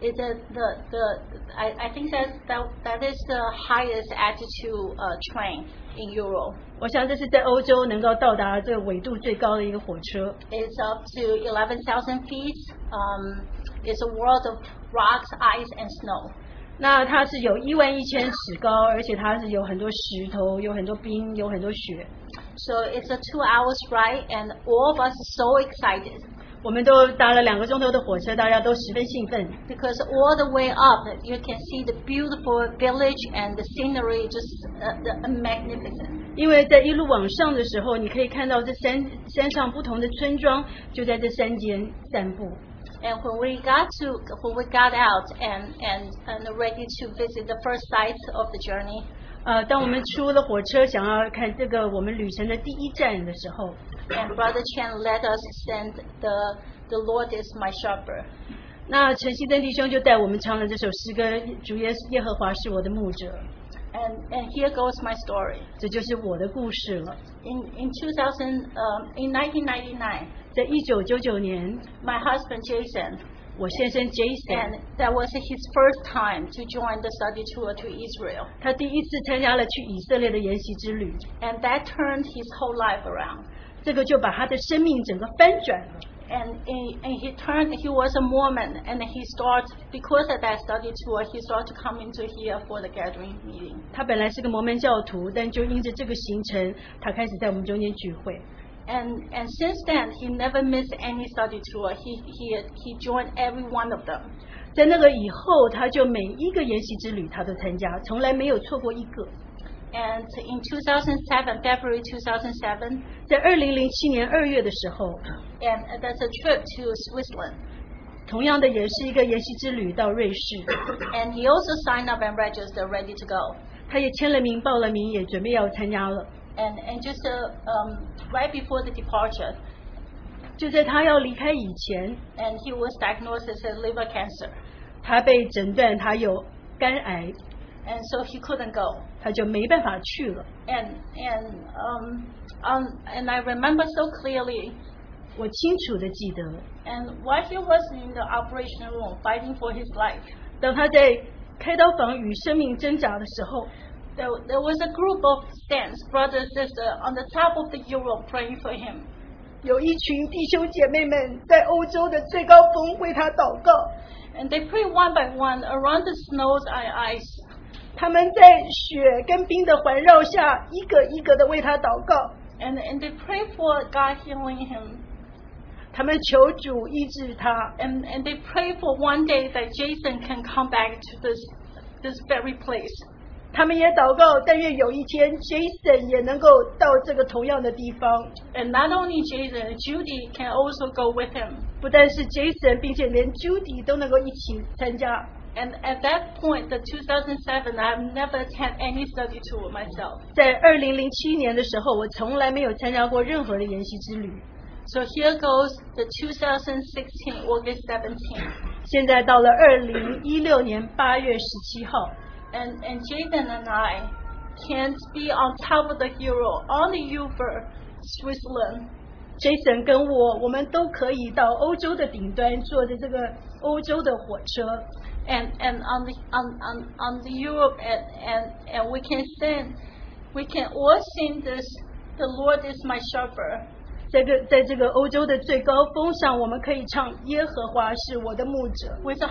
It, the, the, the, I, I think that, that that is the highest altitude uh, train in Europe. 我想这是在欧洲能够到达这个纬度最高的一个火车。 It's up to 11,000 feet. Um, it's a world of rocks, ice, and snow. 那它是有一万一千尺高，而且它是有很多石头，有很多冰，有很多雪。 So it's a two hours ride, and all of us so excited 我们都搭了两个钟头的火车，大家都十分兴奋。 because all the way up you can see the beautiful village and the scenery just uh, the, magnificent. 因为在一路往上的时候，你可以看到这山山上不同的村庄就在这山间散步。 And when we got to when we got out and and and ready to visit the first sites of the journey, 呃，当我们出了火车，想要看这个我们旅程的第一站的时候， and Brother Chen led us send the the Lord is my shepherd. 那陈希登弟兄就带我们唱了这首诗歌：“主耶耶和华是我的牧者。 And and here goes my story. ”这就是我的故事了。 In in 2000 um, in 1999, 在一九九九年， my husband Jason 我先生 Jason， and that was his first time to join the study tour to Israel, 他第一次参加了去以色列的研习之旅， and that turned his whole life around. 这个就把他的生命整个翻转了。 And, he- and he turned, he was a Mormon, and he started, because of that study tour, he started coming to here for the gathering meeting. 他本来是个摩门教徒，但就因着这个行程，他开始在我们中间聚会。 And, and since then, he never missed any study tour. He, he, he joined every one of them. 在那个以后，他就每一个研习之旅他都参加，从来没有错过一个。 And in 2007, February 2007, 在二零零七年二月的时候， and that's a trip to Switzerland. 同样的也是一个研习之旅到瑞士， And he also signed up and registered, ready to go. 他也签了名、报了名，也准备要参加了。 And, and just uh, um, right before the departure, 就在他要离开以前， and he was diagnosed as a liver cancer. 他被诊断他有肝癌， And so he couldn't go. 他就没办法去了。 And and um, um and I remember so clearly. 我清楚的记得， And while he was in the operation room fighting for his life, 当他在开刀房与生命挣扎的时候， there, there was a group of saints, brothers, sisters, on the top of the Euro praying for him. 有一群弟兄姐妹们在欧洲的最高峰为他祷告， And they prayed one by one around the snows and ice. 他们在雪跟冰的环绕下，一个一个的为他祷告， And, and they prayed for God healing him. 他们求主医治他， And, and they prayed for one day that Jason can come back to this, this very place. 他们也祷告，但愿有一天 Jason 也能够到这个同样的地方。 And not only Jason, Judy can also go with him. 不但是 Jason，并且连 Judy 都能够一起参加。 And at that point, the 2007, I've never attended any study tour myself. 在二零零七年的时候，我从来没有参加过任何的研习之旅。 So here goes the 2016 August 17th. 现在到了二零一六年八月十七号， And, and Jason and I can be on top of the hero on the Uber, Switzerland. Jason 跟我，我们都可以到欧洲的顶端，坐着这个欧洲的火车， And, and on the on, on, on the Europe and, and, and we can sing we can all sing this the Lord is my shepherd 这个在这个欧洲的最高峰上，我们可以唱《耶和华是我的牧者》。 with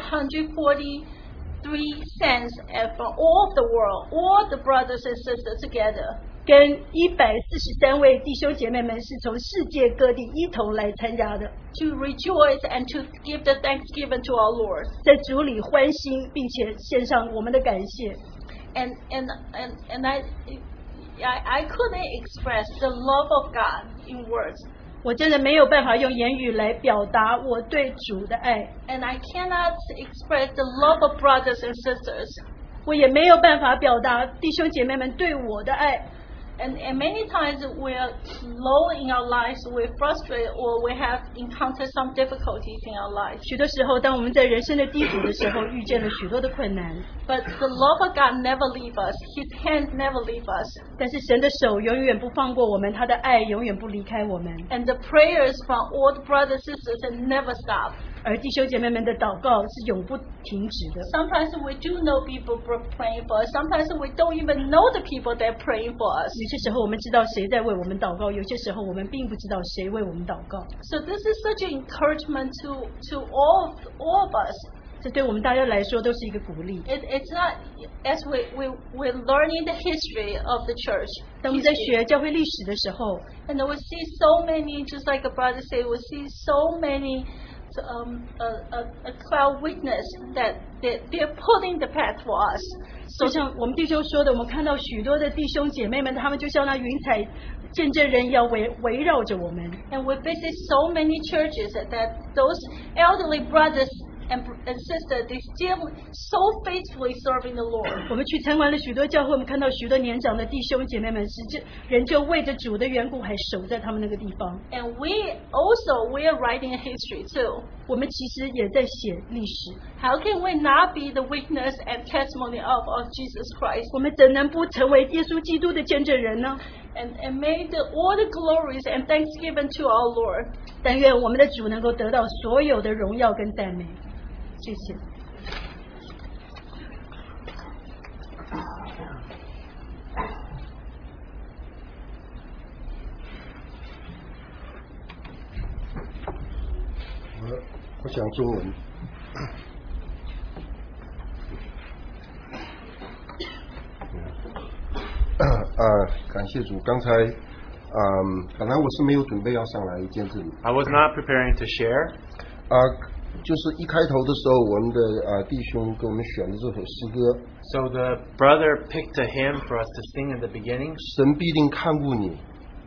143 cents and from all of the world, all the brothers and sisters together. 跟一百四十三位弟兄姐妹们是从世界各地一同来参加的， To rejoice and to give the thanksgiving to our Lord. 在主里欢欣，并且献上我们的感谢。 And and and, and I, I I couldn't express the love of God in words. 我真的没有办法用言语来表达我对主的爱， And I cannot express the love of brothers and sisters. 我也没有办法表达弟兄姐妹们对我的爱。 And, and many times we're low in our lives, we're frustrated, or we have encountered some difficulties in our lives. 许多时候，当我们在人生的低谷的时候，遇见了许多的困难， But the love of God never leave us. His hand never leave us. 但是神的手永远不放过我们，他的爱永远不离开我们， And the prayers from all the brothers and sisters never stop. 而弟兄姐妹们的祷告是永不停止的。 Sometimes we do know people pr- praying for us. Sometimes we don't even know the people that are praying for us. 有些时候我们知道谁在为我们祷告，有些时候我们并不知道谁为我们祷告。 So this is such an encouragement to, to all, of- all of us. 这对我们大家来说都是一个鼓励。 It, it's not, as we, we, we're learning the history of the church. 当我们在 history. 学教会历史的时候， And we see so many, just like a brother said, we see so many um, a, a, a cloud witness that they, they're putting the path for us. 就像我们弟兄说的，我们看到许多的弟兄姐妹们，他们就像那云彩见证人一样围围绕着我们。 And we visit so many churches that- that those elderly brothers and, br- and sisters, they still so faithfully serving the Lord. 我们去参观了许多教会，我们看到许多年长的弟兄姐妹们，实际仍旧为着主的缘故，还守在他们那个地方。 And we also, we are writing history too. 我们其实也在写历史， How can we not be the witness and testimony of, of Jesus Christ? 我们怎能不成为耶稣基督的见证人呢？ And, and may the, all the glories and thanksgiving to our Lord. 但愿我们的主能够得到所有的荣耀跟赞美。谢谢。我我讲中文。啊、感谢主，刚才，嗯，本来我是没有准备要上来见证的， I was not preparing to share, 啊、就是一开头的时候，我们的啊、弟兄给我们选的这首诗歌， so the brother picked a hymn for us to sing in the beginning. 神必定看顾你，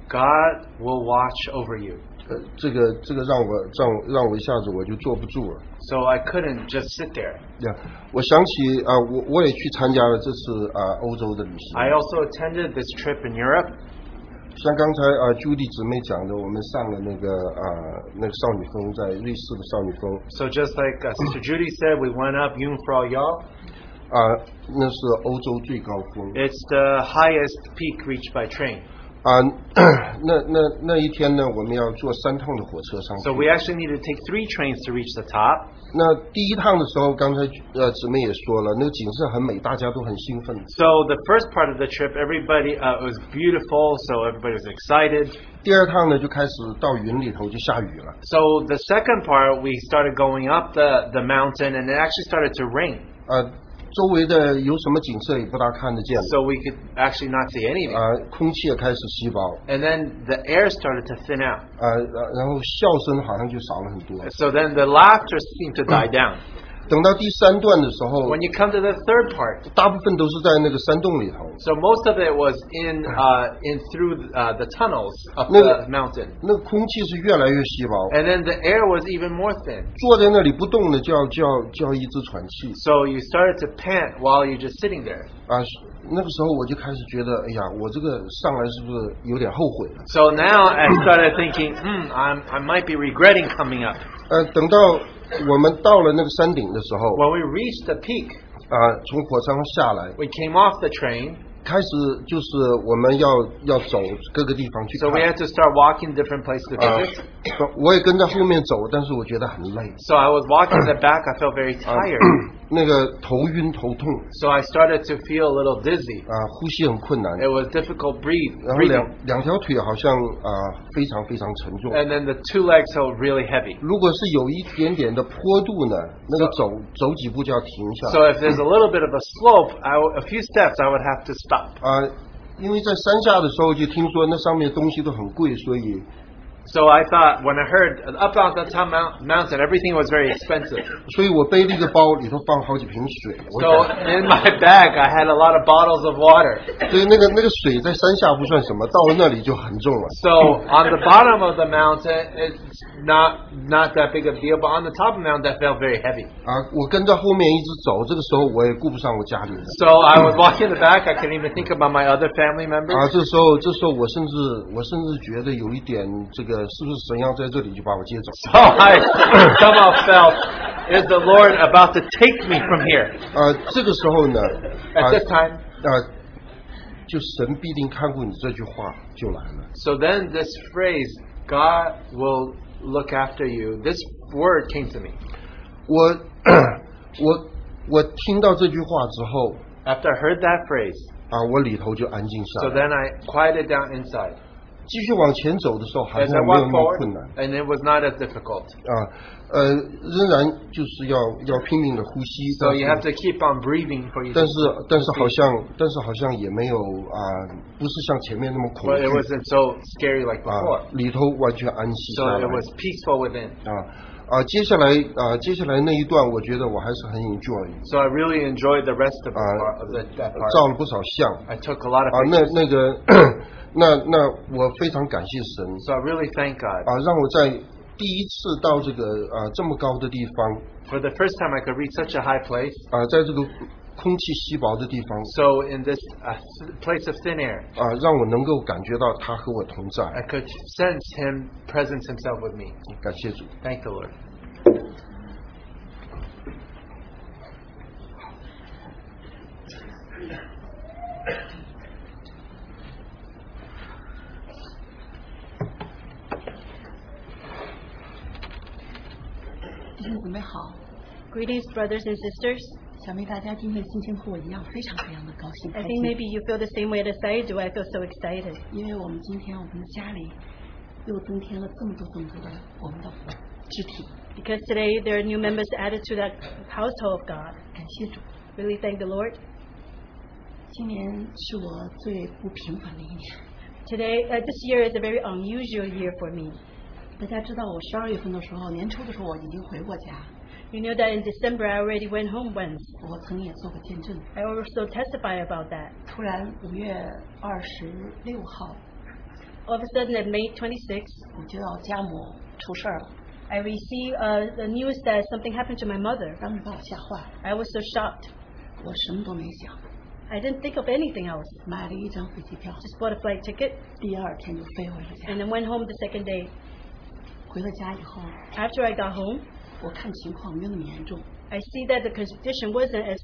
God will watch over you. 呃，这个这个让我让让我一下子我就坐不住了。 So I couldn't just sit there. 呀、我想起啊、我我也去参加了这次啊、欧洲的旅行。 I also attended this trip in Europe. 像刚才啊、Judy 姊妹讲的，我们上了那个啊、那个少女峰，在瑞士的少女峰 So just like uh, Sister Judy said, we went up Jungfrau Yal. 啊、那是欧洲最高峰 It's the highest peak reached by train. 啊、 那那那一天呢，我们要坐三趟的火车上 So 去。 we actually need to take three trains to reach the top. 那第一趟的时候，刚才呃姊妹也说了，那个景色很美，大家都很兴奋。 So the first part of the trip, everybody uh, it was beautiful. So everybody was excited. 第二趟呢，就开始到云里头就下雨了。 So the second part, we started going up the the mountain, and it actually started to rain. 啊、周围的有什么景色也不大看得见了。 So we could actually not see anything. 啊、空气也开始稀薄， And then the air started to thin out. 啊、然然后笑声好像就少了很多。 So then the laughter seemed to die down. 等到第三段的时候， When you come to the third part, 大部分都是在那个山洞里头。 so most of it was in uh, in through uh, the tunnels up No. the mountain, 哎那个空气是越来越稀薄， and then the air was even more thin. 坐在那里不动呢，就要就要就要一直喘气 So you started to pant while you're just sitting there. 啊。那个时候我就开始觉得，哎呀，我这个上来是不是有点后悔了？ So now I started thinking, hmm, I'm, I might be regretting coming up. 呃，等到我们到了那个山顶的时候 When we reached the peak, 啊，从火车上下来， we came off the train, 开始就是我们要要走各个地方去 so we 看 had to start walking different places to 啊 visit.。我也跟在后面走，但是我觉得很累， So I was walking in the back, I felt Uh. very tired. 那个头晕头痛 So I started to feel a little dizzy. 啊，呼吸很困难。 It was difficult breathe, 然后两 breathing. 两条腿好像啊、非常非常沉重。 And then the two legs felt really heavy. 如果是有一点点的坡度呢，那个走走几步就要停下 So if there's a little bit of a slope, I w- a few steps, I would have to stop. 啊、因为在山下的时候就听说那上面东西都很贵，所以 So I thought, when I heard up on the top mount- mountain, everything was very expensive. 所以我背了一个包，里头放好几瓶水。我 So 想 in my bag, I had a lot of bottles of water. 所以那个那个水在山下不算什么，到了那里就很重了。 So on the bottom of the mountain, it's not not that big of a deal, but on the top of the mountain, that felt very heavy. 啊，我跟在后面一直走，这个时候我也顾不上我家里人。 So I was walking the back. I couldn't even think about my other family 啊， members. 这时候，这时候我甚至，我甚至觉得有一点，这个是不是神要在这里就把我接走？ So I somehow felt, is the Lord about to take me from here? 啊，这个时候呢，At 啊 this time, 啊，就神必定看顾你这句话就来了。 so then this phrase, God will look after you. This word came to me 我我我听到这句话之后 after I heard that phrase. 啊，我里头就安静 So 下来。 then I quieted down inside. 继续往前走的时候，好 As I 像没 walked 有那么困 forward, 难 and it was not as difficult. 啊，呃，仍然就是要要拼命的呼吸， So you 但 have 是 to keep on breathing for you. 但 to- 是但是好像但是好像也没有啊，不是像前面那么恐 But it 惧 wasn't so scary like 啊 before.，里头完全安息 So 下来 it was peaceful within. 啊。啊、接下来啊、接下来那一段，我觉得我还是很 enjoy， So I really enjoyed the rest of, the Uh, part, of the, that 照 part. 了不少相 I took a lot of 啊、那 pictures. 那个 那那我非常感谢神 So I really thank God. 啊、让我在第一次到这个啊、这么高的地方 For the first time, I could reach such a high place. 啊、在这个空气稀薄的地方 So in this uh, th- place of thin air, 啊、让我能够感觉到他和我同在， I could sense Him presence Himself with me. 感谢主。 Thank the Lord. 弟兄姊妹嗯好， Greetings, brothers and sisters. 想必大家今天心情和我一样，非常非常的高兴 I think 开心， maybe you feel the same way as I do. I feel so excited 因为我们今天我们的家里又增添了这么多这么多的我们的肢体， because today there are new members added to that household of God. 感谢主。 Really thank the Lord. 今年是我最不平凡的一年， Today, uh, this year is a very unusual year for me. 大家知道我十二月份的时候，年初的时候我已经回过家， You know that in December I already went home once. Oh, 我曾也做过见证。 I also testify about that. 突然五月二十六号 All of a sudden, at May 26th, 我就要家母出事儿了， I received uh, the news that something happened to my mother. 当时把我吓坏了， I was so shocked. 我什么都没想， I didn't think of anything else. 买了一张飞机票， Just bought a flight ticket 第二天就飞回了家 and。then went home the second day. 回了家以后， After I got home, 我看情况没有那么严重， I see that the condition wasn't as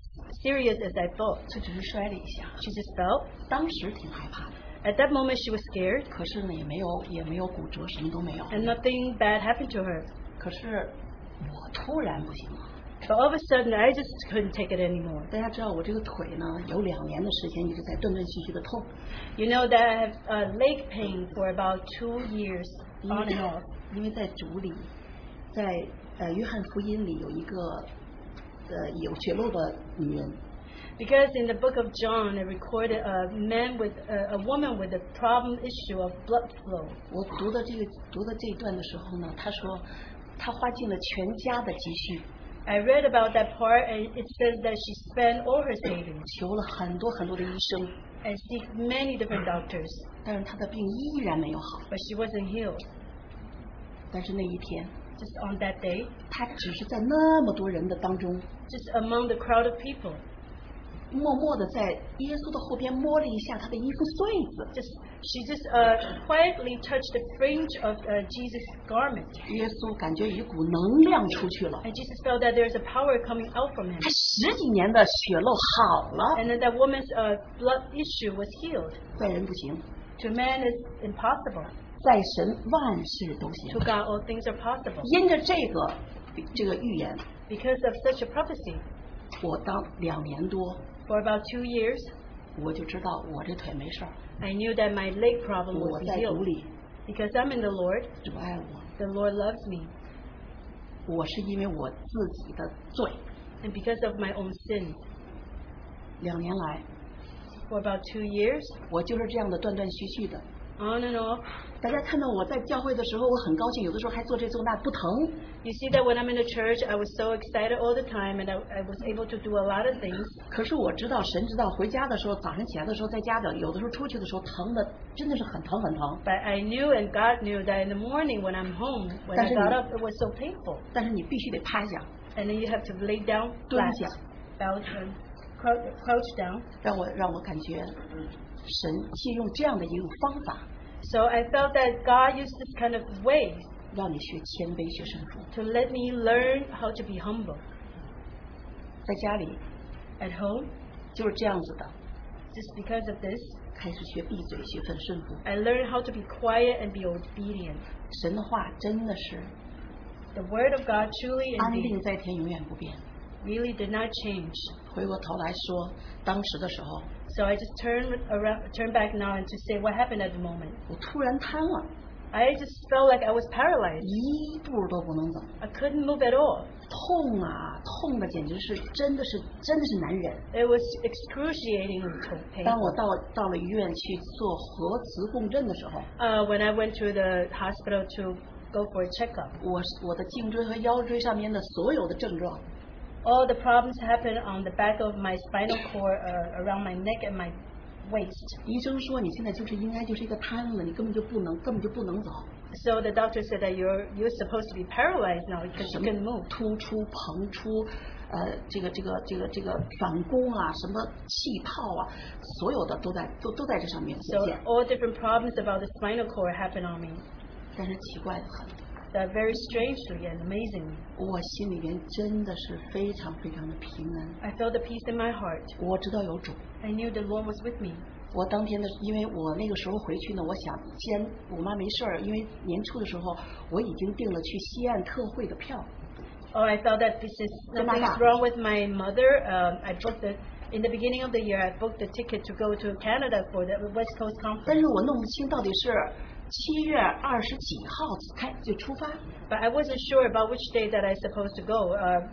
serious as I thought. 就只是摔了一下， She just fell. 当时挺害怕的， At that moment, she was scared, 可是呢也没有也没有骨折，什么都没有。 and nothing bad happened to her. 可是我突然不行了， But all of a sudden, I just couldn't take it anymore. 大家知道我这个腿呢有两年的时间一直在断断续续的痛， You know that I have uh, leg pain for about two years 因 Oh, on 为 and off. 因为在主里，在呃约翰福音里有一个呃有血漏的女人， Because in the book of John, it recorded a man with a, a woman with a problem issue of blood flow. 我读的这个读的这一段的时候呢，她说她花尽了全家的积蓄， I read about that part, and it says that she spent all her savings 求了很多很多的医生， and seek many different doctors, 但是她的病依然没有好。 but she wasn't healed. 但是那一天， Just on that day, 她只是在那么多人的当中， just among the crowd of people, 默默的在耶稣的后边摸了一下他的衣服穗子。 just she just uh, quietly touched the fringe of uh, Jesus' garment, 耶稣感觉有一股能量出去了， and Jesus felt that there's a power coming out from him, 他十几年的血漏好了， and then that woman's uh, blood issue was healed. 怪人不行， To man is impossible. 在神万事都行 To。God, all things are possible. 因着这个这个预言， Because of such a prophecy, 我当两年多 for about two years, 我就知道我这腿没事儿， I knew that my leg problem 我 was 在主 healed. 里 Because I'm in the Lord, 主爱我， the Lord loves me, 我是因为我自己的罪， and because of my own sin. 两年来 For about two years, 我就是这样的断断续续的。 on and off, 大家看到我在教会的时候，我很高兴，有的时候还做这做那不疼， You see that when I'm in the church, I was so excited all the time, and I, I was able to do a lot of things. 可是我知道，神知道，回家的时候，早上起来的时候，在家的，有的时候出去的时候，疼的真的是很疼很疼。 But I knew and God knew that in the morning when I'm home, when I That's got it. up, it was so painful. 但是你必须得趴下， And then you have to lay down 蹲 flat, 下， bow down, crouch, crouch down. 让我让我感觉神借用这样的一种方法， So I felt that God used this kind of way 让你学谦卑，学圣服。 to let me learn how to be humble. 在家里 At home, 就是这样子的， just because of this, 开始学闭嘴，学份顺服。 I learned how to be quiet and be obedient. 神的话真的是 The word of God truly 安 indeed 定在天，永远不变。 really did not change. 回过头来说，当时的时候， So I just turn around, turn back now and to say what happened at the moment. 我突然瘫了， I just felt like I was paralyzed. 一步都不能走， I couldn't move at all. 痛啊，痛的简直是真的是真的是难忍。 It was excruciatingly to- 当 painful. 我到到了医院去做核磁共振的时候， Uh, when I went to the hospital to go for a checkup. 我我的颈椎和腰椎上面的所有的症状 All the problems happen on the back of my spinal cord, uh, around my neck and my waist. 医生说你现在就是应该就是一个瘫了，你根本就不能，根本就不能走， So the doctor said that you're you're supposed to be paralyzed now because you 什 couldn't 么 move. 突出、膨出，呃，这个这个这个这个反弓啊，什么气泡啊，所有的都在都都在这上面显 So 现， all different problems about the spinal cord happen on me. 但是奇怪的很， That very strangely and amazingly, 我心里边真的是非常非常的平安， I felt the peace in my heart. 我知道有主。 I knew the Lord was with me. 我当天的，因为我那个时候回去呢，我想既然我妈没事儿，因为年初的时候我已经订了去西岸特会的票， Oh, I thought that this is something's Canada. wrong with my mother. Um, I booked the in the beginning of the year. I booked the ticket to go to Canada for the West Coast 但 conference, 是我弄不清到底是七月二十几号开就出发， but I wasn't sure about which day that I supposed to go. Uh,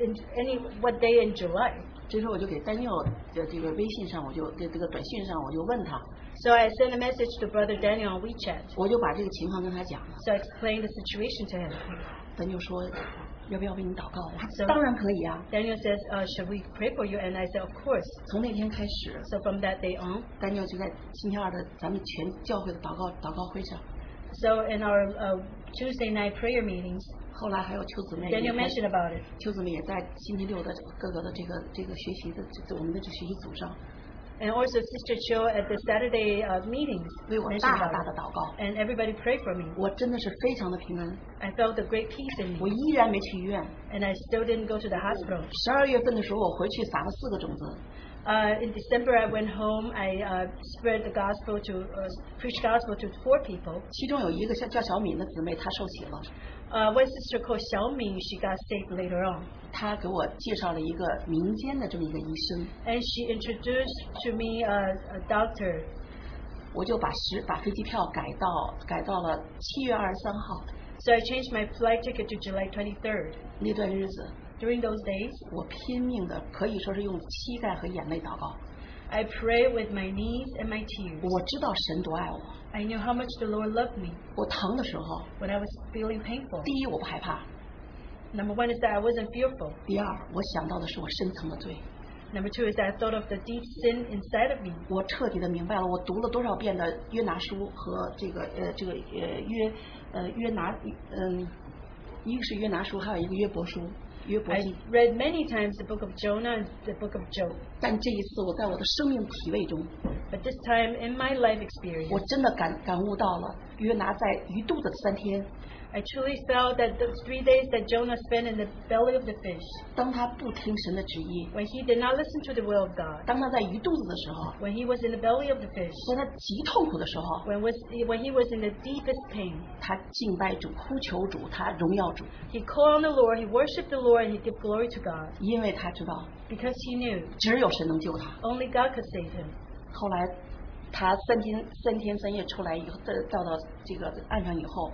in any what day in July? 这时候我就给丹佑的这个微信上，我就这这个短信上，我就问他， So I sent a message to Brother Daniel on WeChat. 我就把这个情况跟他讲了， So I explained the situation to him. 丹佑说要不要为你祷告？我是说当然可以啊。 Daniel says, uh, "Should we pray for you?" And I said, "Of course." 从那天开始， So from that day on, 丹佑就在星期二的咱们全教会的祷告祷告会上， so in our uh, Tuesday night prayer meetings, 后来还有邱姊妹也 Daniel 开始 mentioned about it. 邱姊妹也在星期六的各个的这个这个学习的这这我们的这学习组上 And also Sister Cho at the Saturday uh, meetings 为我 mentioned 大 about 大的 it. 祷告， And everybody prayed for me. 我真的是非常的平安， I felt a great peace in 我 me. 依然没去医院。 And I still didn't go to the hospital. 十二月份的时候，我回去撒了四个种子， Uh, in December, I went home. I uh, spread the gospel to, uh, preached gospel to four people. 其中有一个叫叫小敏的姊妹，她受洗了， Uh, one sister called Xiaoming, she got saved later on. 她给我介绍了一个民间的这么一个医生， And she introduced to me uh, a, a doctor. 我就把时把飞机票改到改到了七月二十三号 So I changed my flight ticket to July 23rd. 那段日子， During those days, 我拼命的可以说是用膝盖和眼泪祷告， I prayed with my knees and my tears. 我知道神多爱我， I knew how much the Lord loved me. 我疼的时候， when I was feeling painful. 第一我不害怕， Number one is that I wasn't fearful. 第二，我想到的是我深层的罪， Number two is that I thought of the deep sin inside of me. 我彻底的明白了，我读了多少遍的约拿书和这个呃这个呃约呃约拿嗯，一个是约拿书，还有一个约伯书，约伯 I 哎记。 read many times the book of Jonah and the book of Job, 但这一次，我在我的生命体味中， but this time in my life experience, 我真的感感悟到了约拿在鱼肚子的三天， I truly felt that those three days that Jonah spent in the belly of the fish, 当他不听神的旨意， when he did not listen to the will of God, 当他在鱼肚子的时候， when he was in the belly of the fish, 当他极痛苦的时候， when was when he was in the deepest pain, 他敬拜主、呼求主、他荣耀主， he called on the Lord, he worshipped the Lord, and he gave glory to God 因为他知道 because he knew 只有神能救他。 only God could save him. 后来他三天三天三夜出来以后，再到到这个岸上以后，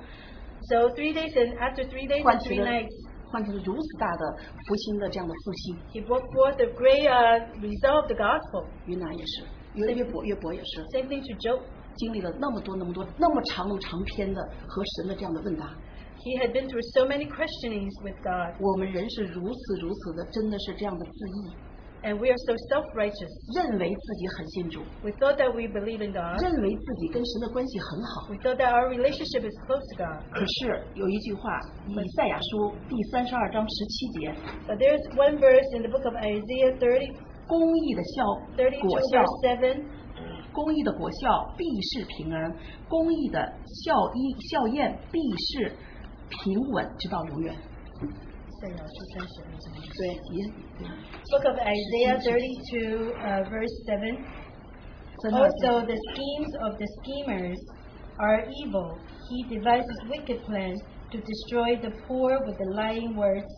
So three days and after three days 唤 and 起 three 了 nights, 唤起了如此大的复兴的这样的复兴。 he brought forth a great uh, result of the gospel. 云南也是，约约伯约伯也是 Same thing to Job. 经历了那么多那么多那么长路长篇的和神的这样的问答。 He had been through so many questionings with God, 我们人是如此如此的，真的是这样的自义， and we are so self-righteous. 认为自己很信主， We thought that we believe in God. 认为自己跟神的关系很好。 We thought that our relationship is close to God. 可是有一句话，《以赛亚书》第三十二章十七节， But there's one verse in the book of Isaiah 30, 公义的效32果效 verse 7. 公益的果效必是平安，公益的效益效验必是平稳，直到永远。对，也 Book of Isaiah 32, uh, verse 7. 真的 Also, the schemes of the schemers are evil. He devises wicked plans to destroy the poor with the lying words,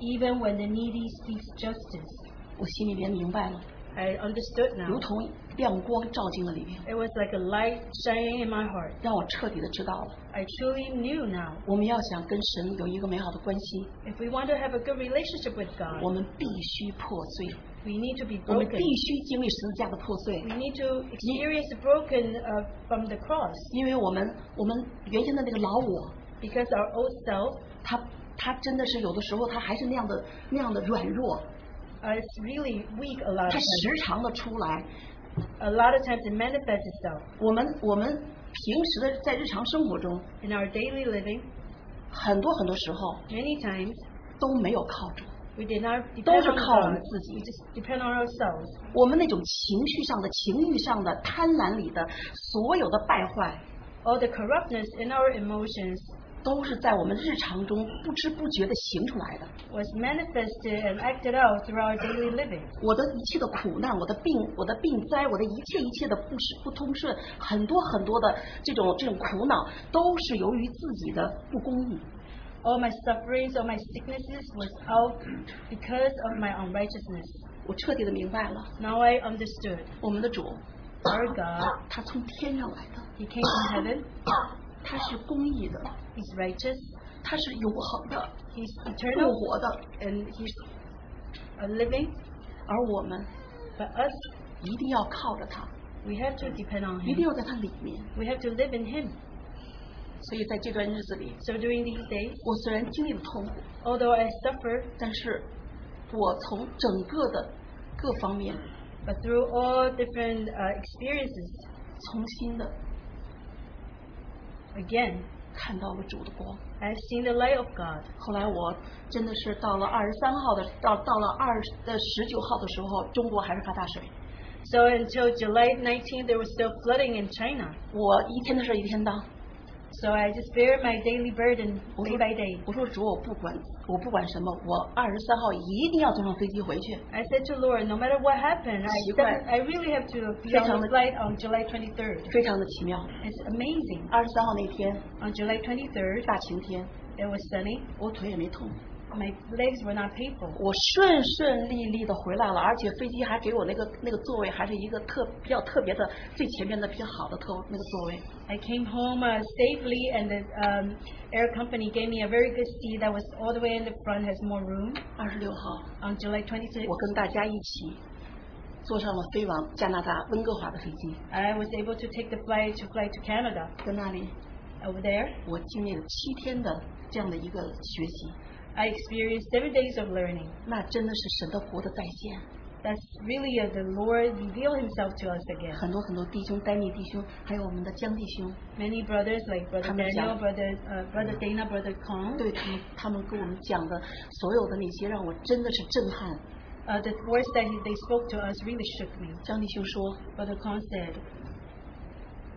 even when the needy seeks justice. 我心里边明白了， I understood now. 如同亮光照进了里面， It was like a light shining in my heart. 让我彻底的知道了， I truly knew now. 我们要想跟神有一个美好的关系， If we want to have a good relationship with 我 God, 们必须破碎， we need to be 我们必 broken. 须经历十字架的破碎 We，need to experience broken uh, from the cross 因为我们我们原先的那个老我， because our old self 他他真的是有的时候他还是那样的那样的软弱， uh, is really weak a lot 他 of times. 时常的出来。 A lot of times it manifests itself 我们我们平时的在日常生活中， in our daily living. 很多很多时候 Many times 都没有靠住， we did not depend 都是 on 靠我 God. 们自己 We。just depend on ourselves. 我们那种情绪上的、情欲上的、贪婪里的所有的败坏， All the corruptness in our emotions 都是在我们日常中不知不觉的行出来的。 was manifested and acted out through our daily living. 我的一切的苦难，我的病，我的病灾，我的一切一切的不是不通顺，很多很多的这种这种苦恼，都是由于自己的不公义。 All my sufferings, all my sicknesses was out because of my unrighteousness. 我彻底的明白了， Now I understood 我们的主，啊 our God, 他从天上来的， He came from heaven, 他是公义的， He's righteous, 他是永恒的、 He's 复 eternal, 活的， and He's a living. 而我们 But us, 一定要靠着他， we have to depend on 一定 Him. 要在他里面。 We have to live in Him. 所以在这段日子里， So during these days, 我虽然经历了痛苦， although I suffer, 但是我从整个的各方面 but through all different uh, experiences, 重新的 again, 看到了主的光。 I've seen the light of God. 后来我真的是到了二十三号的，到到了二呃十九号的时候，中国还是发大水。 So until July 19th, there was still flooding in China. 我一天的事儿一天当， So I just bear my daily burden 我 day 说 by day. 我说主，我不管我不管什么，我二十三号一定要坐上飞机回去。 I said to Lord, no matter what happened, I, 奇怪。 def- I really have to be on the 非常的- flight on July 23rd. 非常的奇妙， It's amazing. 二十三号那天 On July 23rd, 大晴天， it was sunny. 我腿也没痛， My legs were not painful. 我顺顺利利的回来了，而且飞机还给我那个那个座位，还是一个特比较特别的最前面的比较好的特那个座位。 I came home uh, safely, and the um, air company gave me a very good seat that was all the way in the front, has more room. 二十六号， On July 26th, 我跟大家一起坐上了飞往加拿大温哥华的飞机， I was able to take the flight to fly to Canada. 在那里 Over there, 我经历了七天的这样的一个学习， I experienced seven days of learning. 那真的是神的国的再现。 That's really uh, the Lord revealed Himself to us again. 很多很多弟兄，丹尼弟兄，还有我们的江弟兄， Many brothers, like Brother 他们讲- Daniel, Brother uh, Brother Dana, Brother Kong, 对他们他们跟我们讲的所有的那些，让我真的是震撼。 uh, the words that he, they spoke to us really shook me. 江弟兄说， Brother Kong said,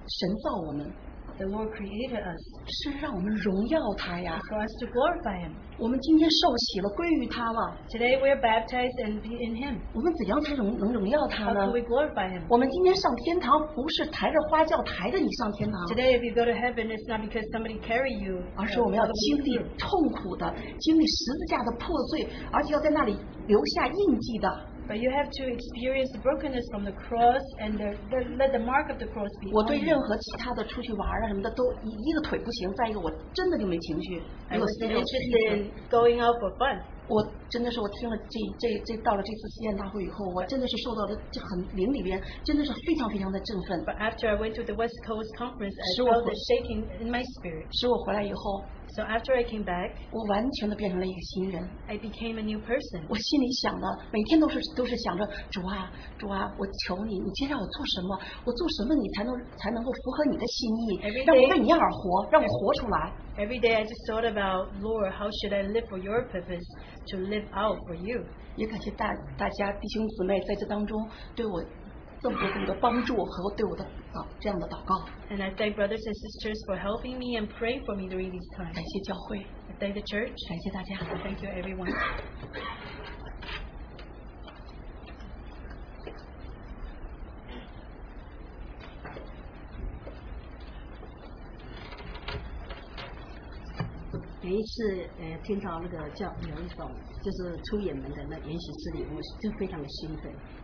神造我们 The Lord created us 是让我们荣耀他呀。 for us to glorify Him. 我们今天受洗了，归于他了。 Today we're baptized and be in Him. 我们怎样才能能荣耀他 How 呢 can？we glorify Him? 我们今天上天堂不是抬着花轿抬着你上天堂， Today, if you go to heaven, it's not because somebody carry you. 而 uh, 是我们要 all the way 经历 through. 痛苦的，经历十字架的破碎，而且要在那里留下印记的。 But you have to experience the brokenness from the cross and the, the, let the mark of the cross be. 我对 on you. 任何其他的出去玩啊什么的都一一个腿不行，再一个我真的就没情绪，没 I 有 was 没有 interested in going out for fun. 我真的是我听了这这这到了这次实验大会以后，我真的是受到的这很灵里边真的是非常非常的振奋， But after I went to the West Coast conference, I Sure. felt the shaking in my spirit. 使我回来以后， So after I came back, 我完全的变成了一个新人。 I became a new person. 我心里想的，每天都是都是想着主啊，主啊，我求你，你今天让我做什么？我做什么你才能才能够符合你的心意 Every？让我 day- 为你而活，让我活出来。 Every day I just thought about, Lord, how should I live for your purpose to live out for you? 也感谢大大家弟兄姊妹在这当中对我这么多这么多帮助和对我的祷这样的祷告， And I thank brothers and sisters for helping me and praying for me during these times. 感谢教会，I 感 thank the church. 谢大家。 I thank you, everyone. 呃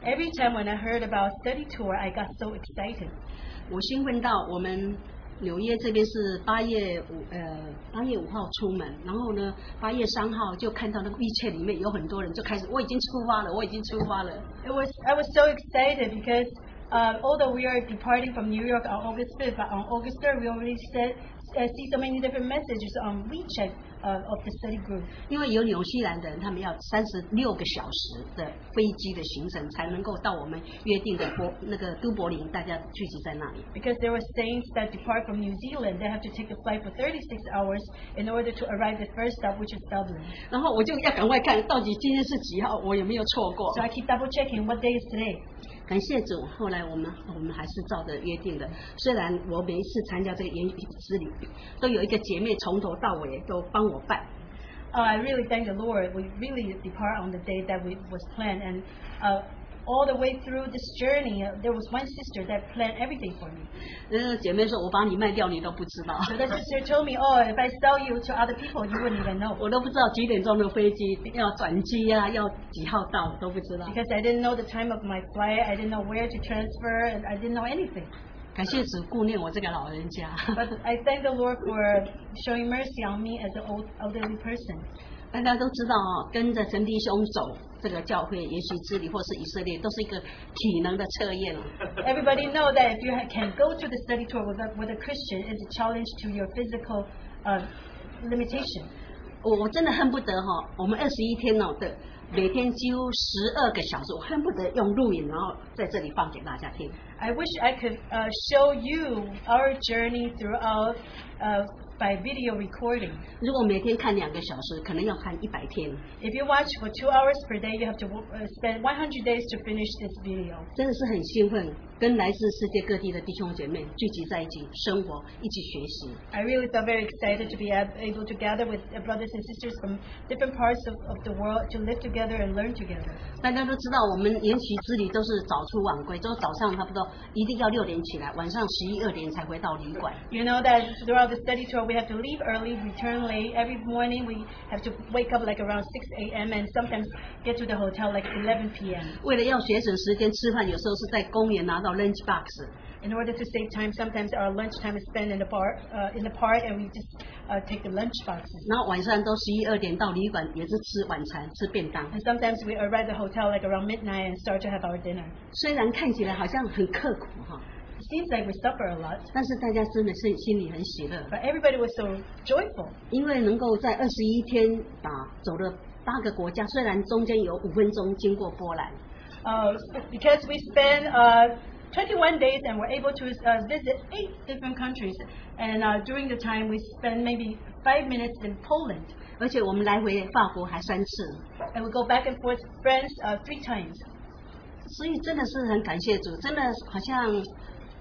Every time when I heard about study tour, I got so excited. 我兴奋到我们纽约这边是八月五呃八月五号出门，然后呢八月三号就看到那个 w e c 里面有很多人就开始我已经出发了，我已经出发了。 It was I was so excited Um, because uh, although we are departing from New York on August 5th, but on August 3rd we already said uh, see so many different messages on WeChat uh, of the study group. 因为有纽西兰的人，他们要三十六个小时的飞机的行程才能够到我们约定的波那个都柏林，大家聚集在那里。 Because there were saints that depart from New Zealand, they have to take a flight for 36 hours in order to arrive at first stop, which is Dublin. 然后我就要赶快看到底今天是几号，我有没有错过 So。I keep double checking what day is today. 感谢主，后来我们我们还是照着约定的。虽然我每一次参加这个研习之旅，都有一个姐妹从头到尾都帮我办， Uh, I really thank the Lord. We really depart on the day that we was planned, and uh, all the way through this journey, uh, there was one sister that planned everything for me. 呃，姐妹说我把你卖掉，你都不知道， So that sister told me, "Oh, if I sell you to other people, you wouldn't even know 我都不知道几点钟的飞机要转机啊，要几号到，我都不知道。 because I didn't know the time of my flight. I didn't know where to transfer, and I didn't know anything." 感谢主顾念我这个老人家。 But I thank the Lord for showing mercy on me as an old elderly person. 大家都知道哦，跟着陈弟兄走这个教会研习之旅或是以色列，都是一个体能的测验了。啊 Everybody know that if you ha- can go to the study tour with a, with a Christian, it's a challenge to your physical uh, limitation. 我我真的恨不得哈、我们二十一天哦的，每天几乎十二个小时，我恨不得用录影，然后在这里放给大家听。 I wish I could uh, show you our journey throughout uh, by video recording. 如果每天看两个小时，可能要看一百天， If you watch for two hours per day, you have to wo- uh, spend 100 days to finish this video. 真的是很兴奋，跟来自世界各地的弟兄姐妹聚集在一起生活，一起学习。 I really felt very excited to be ab- able to gather with uh, brothers and sisters from different parts of, of the world to live together and learn together. 大家都知道，我们研习之旅都是早出晚归，就是早上差不多一定要六点起来，晚上十一二点才回到旅馆。 You know that throughout the study tour, we have to leave early, return late. Every morning, we have to wake up like around 6 a.m. and sometimes get to the hotel like 11 p.m. 为了要节省时间吃饭，有时候是在公园拿到 lunch box， In order to save time, sometimes our lunch time is spent in the bar, uh, in the park, and we just uh, take the lunch boxes. 然后晚上都十一二点到旅馆，也是吃晚餐，吃便当。 And sometimes we arrive at the hotel like around midnight and start to have our dinner. 虽然看起来好像很刻苦哈， It seems like we suffer a lot, 但是大家真的是心里很喜乐， but everybody was so joyful 因为能够在二十一天啊走了八个国家，虽然中间有五分钟经过波兰， uh, because we spent uh, 21 days and were able to uh, visit eight different countries. And uh, during the time, we spent maybe five minutes in Poland, 而且我们来回法国还三次， and we go back and forth to France uh, three times. 所以真的是很感谢主，真的好像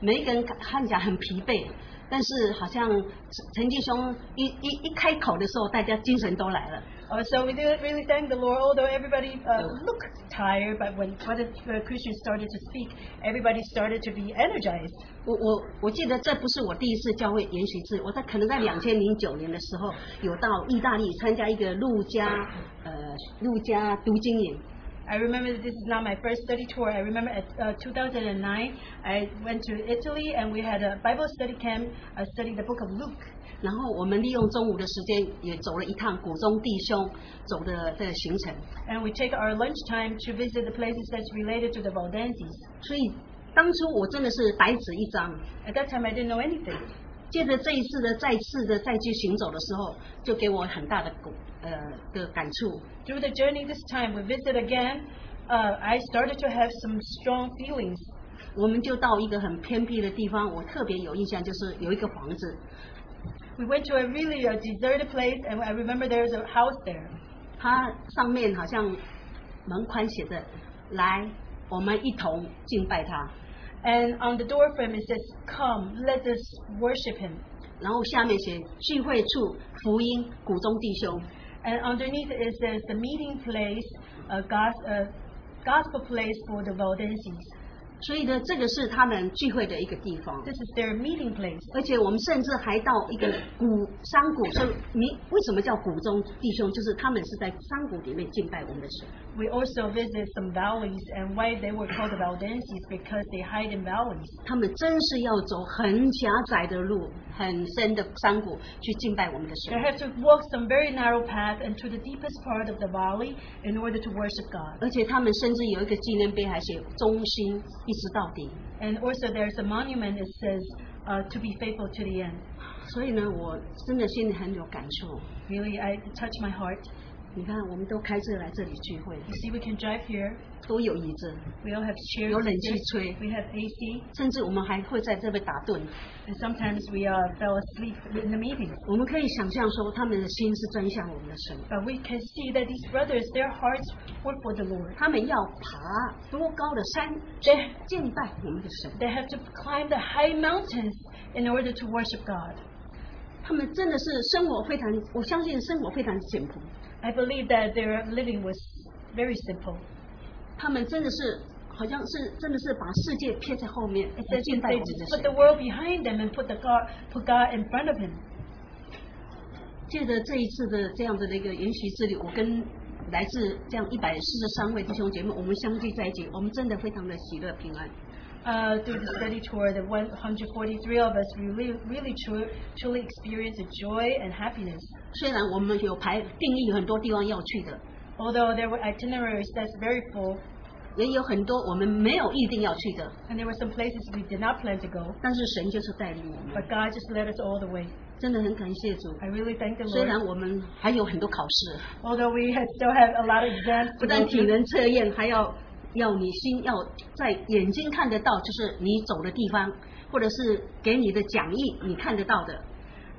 每一个人看起来很疲惫，但是好像陈陈继兄一一一开口的时候，大家精神都来了。 Uh, so we do really thank the Lord, although everybody uh, looked tired, but when Brother uh, Christian started to speak, everybody started to be energized. 我我我记得这不是我第一次教会研习制，我在可能在两千零九年的时候有到意大利参加一个陆家呃陆家读经营， I remember that this is not my first study tour. I remember at uh, 2009, I went to Italy and we had a Bible study camp uh, studying the book of Luke. 然后我们利用中午的时间也走了一趟谷中弟兄走的的行程， And we take our lunchtime to visit the places that's related to the Valdenses. 所以当初我真的是白纸一张。 At that time, I didn't know anything. 借着这一次的再次的再去行走的时候，就给我很大的鼓呃的感触。 Through the journey this time, we visit again. Uh, I started to have some strong feelings. 我们就到一个很偏僻的地方，我特别有印象，就是有一个房子， We went to a really uh deserted place, and I remember there was a house there. 它上面好像门框写着“来，我们一同敬拜他 And on the door frame, it says, Come, let us worship him. ”，然后下面写“聚会处福音谷中弟兄 And underneath it says the meeting place, a, gos- a gospel place for the Valdenses. ”。所以呢，这个是他们聚会的一个地方。 This is their meeting place. 而且我们甚至还到一个谷山谷，所以你为什么叫谷中弟兄？就是他们是在山谷里面敬拜我们的神。 We also visit some valleys, and why they were called the Valdenses because they hide in valleys. 他们真是要走很狭窄的路，很深的山谷去敬拜我们的 They 神。 have to walk some very narrow path and to the deepest part of the valley in order to worship God. 而且他们甚至有一个纪念碑，还写“忠心一直到底 And also there's a monument that says uh, to be faithful to the end. 所以呢，我真的心里很有感受。 Really, I it touched my heart. 你看，我们都开车来这里聚会， You see, we can drive here. 都有椅子， We all have chairs. 有冷 and 气 seats. 吹， We have AC, 甚至我们还会在这边打盹。 and sometimes we uh, fell asleep in the meetings. 我们可以想象说，他们的心是真向我们的神， But we can see that these brothers, their hearts were for the Lord. 他们要爬多高的山 They, 敬拜我们的神， they have to climb the high mountains in order to worship God. 他们真的是生活非常，我相信生活非常简朴， I believe that their living was very simple. 他们真的是好像是真的是把世界撇在后面哎 It 来 says 敬拜 they 我们的 just put the 神。 world behind them and put the God, put God in front of him. 借着这一次的这样的一个研习之旅，我跟来自这样一百四十三位弟兄姐妹，我们相聚在一起，我们真的非常的喜乐平安。 Uh, through the study tour, the 143 of us really, really truly, truly experienced the joy and happiness. 虽然我们有排定义很多地方要去的， Although there were itineraries that's very full, 也有很多我们没有预定要去的， and there were some places we did not plan to go, 但是神就是带领我们， but God just led us all the way. 真的很感谢主。 I really thank the 虽 Lord. 然我们还有很多考试， Although we had still have a lot of exams 不 to 但 go 体 through, 能测验，还要要你心要在眼睛看得到，就是你走的地方，或者是给你的讲义你看得到的，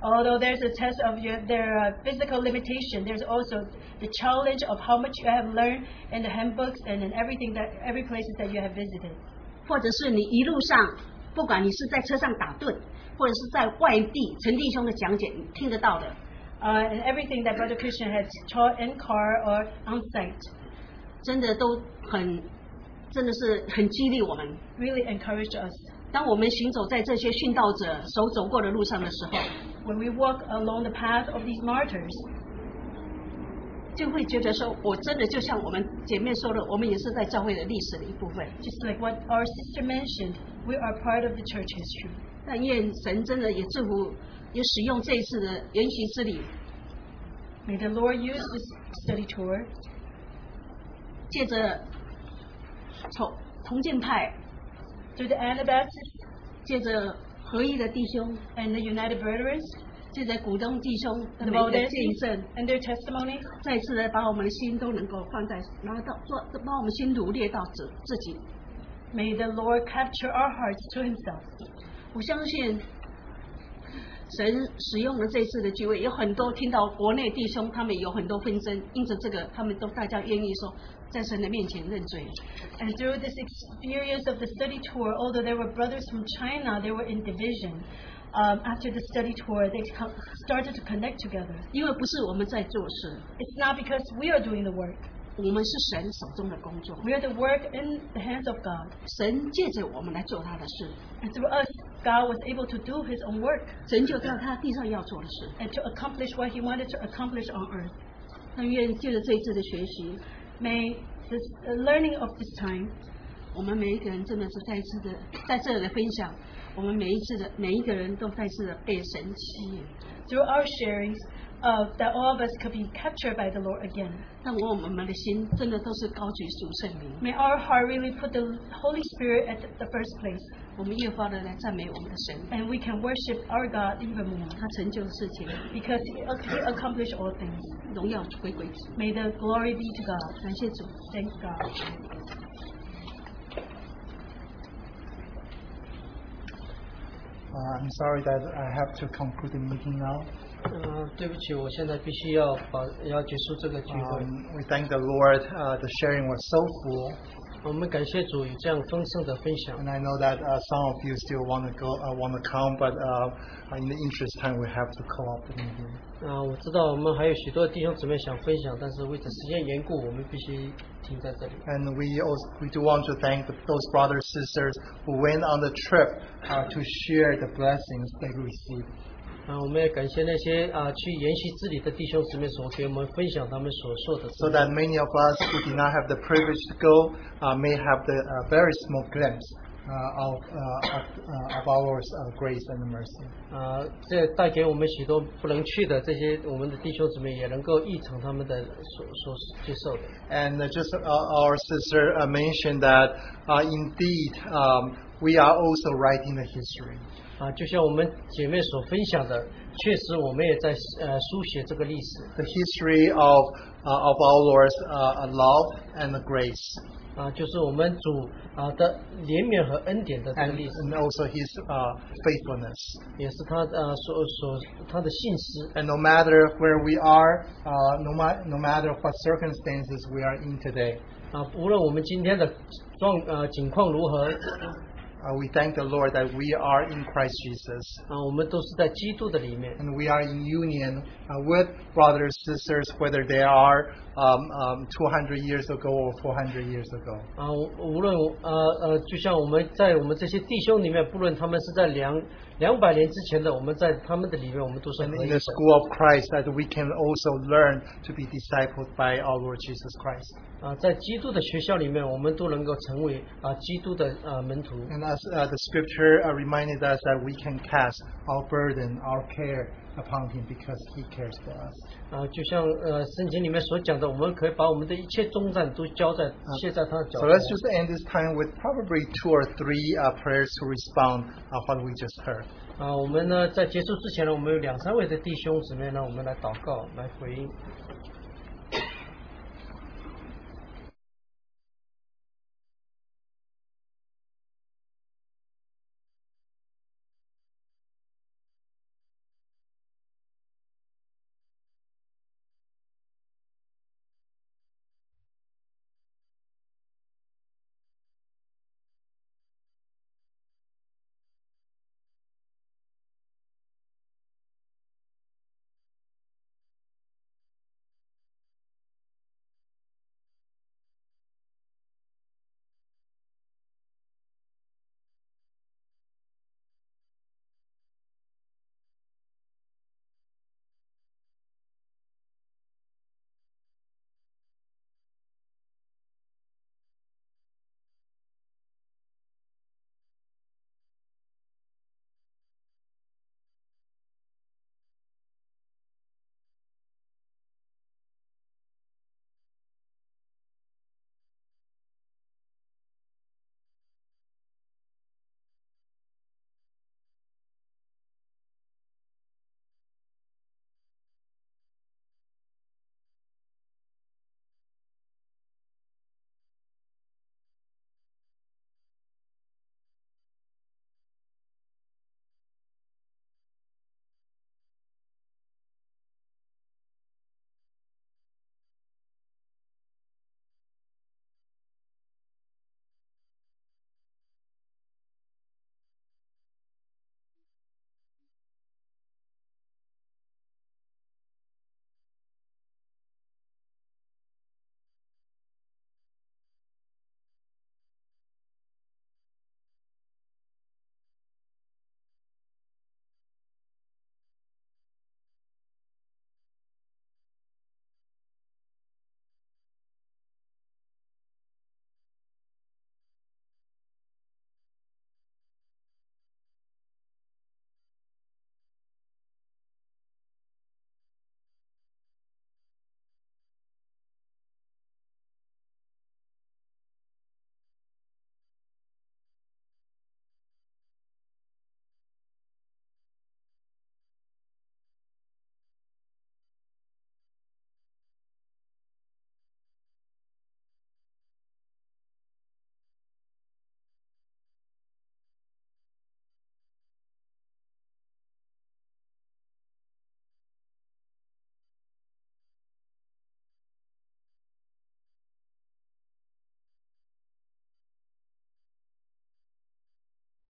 although there's a test of your, their uh, physical limitation, there's also the challenge of how much you have learned in the handbooks and in everything that every places that you have visited. 或者是你一路上，不管你是在车上打盹，或者是在外地陈弟兄的讲解，你听得到的。 Uh, and everything that Brother Christian has taught in car or on site 真的都很，真的是很激励我们。 really encouraged us. 当我们行走在这些殉道者所走过的路上的时候， When we walk along the path of these martyrs, 就会觉得说，我真的就像我们姐妹说的，我们也是在教会的历史的一部分。 just like what our sister mentioned, we are part of the church history. 但愿神真的也祝福，也使用这一次的研习之旅， May the Lord use this study tour 借着从同敬派， through the Anabaptists 借着合一的弟兄， and the United Bretterers 借着股东弟兄的 The 每一个见证 Valdesians，and their testimonies 再次的把我们的心都能够放在，然后到做，把我们心掳掠到自自己。 may the Lord capture our hearts to Himself. 我相信神使用了这次的聚会，有很多听到国内弟兄他们有很多纷争，因此这个他们都大家愿意说在神的面前认罪。 And through this experience of the study tour, although there were brothers from China, they were in division. Um, after the study tour, they co- started to connect together. 因为不是我们在做事， It's not because we are doing the work. 我们是神手中的工作， We are the work in the hands of God. 神借着我们来做他的事， And through us, God was able to do His own work 神就干他地上要做的事。 and to accomplish what He wanted to accomplish on earth. 那愿借着这一次的学习， May this uh, learning of this time 我们每一个人真的是再一次的在这里的分享，我们每一次的每一个人都再次的被神吸引， through our sharings uh, that all of us could be captured by the Lord again. 让我我们的心真的都是高举主圣名， May our heart really put the Holy Spirit at the first place 我们越发的来赞美我们的神， and we can worship our God even more 他成就事情， because He ac- He accomplished all things. 荣耀归归主， May the glory be to God. 感谢主。 Thanks, God. Uh, I'm sorry that I have to conclude the meeting now. 嗯，对不起，我现在必须要把要结束这个 Oh, 聚会。啊 Um, we thank the Lord. Uh, the sharing was so full, 我们感谢主有这样丰盛的分享。 and I know that uh, some of you still want to go, uh, want to come, but uh, in the interest time, we have to call up the meeting. 啊，我知道我们还有许多弟兄姊妹想分享，但是为着时间缘故，我们必须停在这里。 And we also, we do want to thank the, those brothers sisters who went on the trip uh, to share the blessings they received. 啊，我们也感谢那些啊去研习治理的弟兄姊妹所给我们分享他们所受的。 so that many of us who did not have the privilege to go uh, may have the uh, very small glimpse uh, of, uh, of, uh, of our uh, grace and mercy. 啊，这带给我们许多不能去的这些我们的弟兄姊妹也能够异常他们的所所接受的。 And uh, just uh, our sister uh, mentioned that uh, indeed um, we are also writing the history. 啊，就像我们姐妹所分享的，确实我们也在呃书写这个历史 The history of, uh, of our Lord's uh, love and grace, 啊，就是我们主啊的怜悯和恩典的这个 and, 历史， and also His uh, faithfulness. 也是他呃所所他的信实 And no matter where we are, uh, no, ma- no matter what circumstances we are in today, 啊，无论我们今天的状呃情况如何 uh, we thank the Lord that we are in Christ Jesus. 啊，Uh, 我们都是在基督的里面 And we are in union uh, with brothers, sisters, whether they are um, um, 200 years ago or 400 years ago. 啊，无无论呃呃，就像我们在我们这些弟兄里面，不论他们是在两两百年之前的，我们在他们的里面，我们都是 And 合一 in 的 the。school of Christ, that we can also learn to be discipled by our Lord Jesus Christ. 啊，在基督的学校里面，我们都能够成为啊基督的啊门徒 And as uh, the scripture uh, reminded us that we can cast our burden, our care upon Him because He cares for us. 啊，就像呃圣经里面所讲的，我们可以把我们的一切重担都交在卸在他的脚 So 下。 let's just end this time with probably two or three uh, prayers to respond uh, what we just heard. 啊，我们呢在结束之前呢，我们有两三位的弟兄姊妹呢，我们来祷告来回应。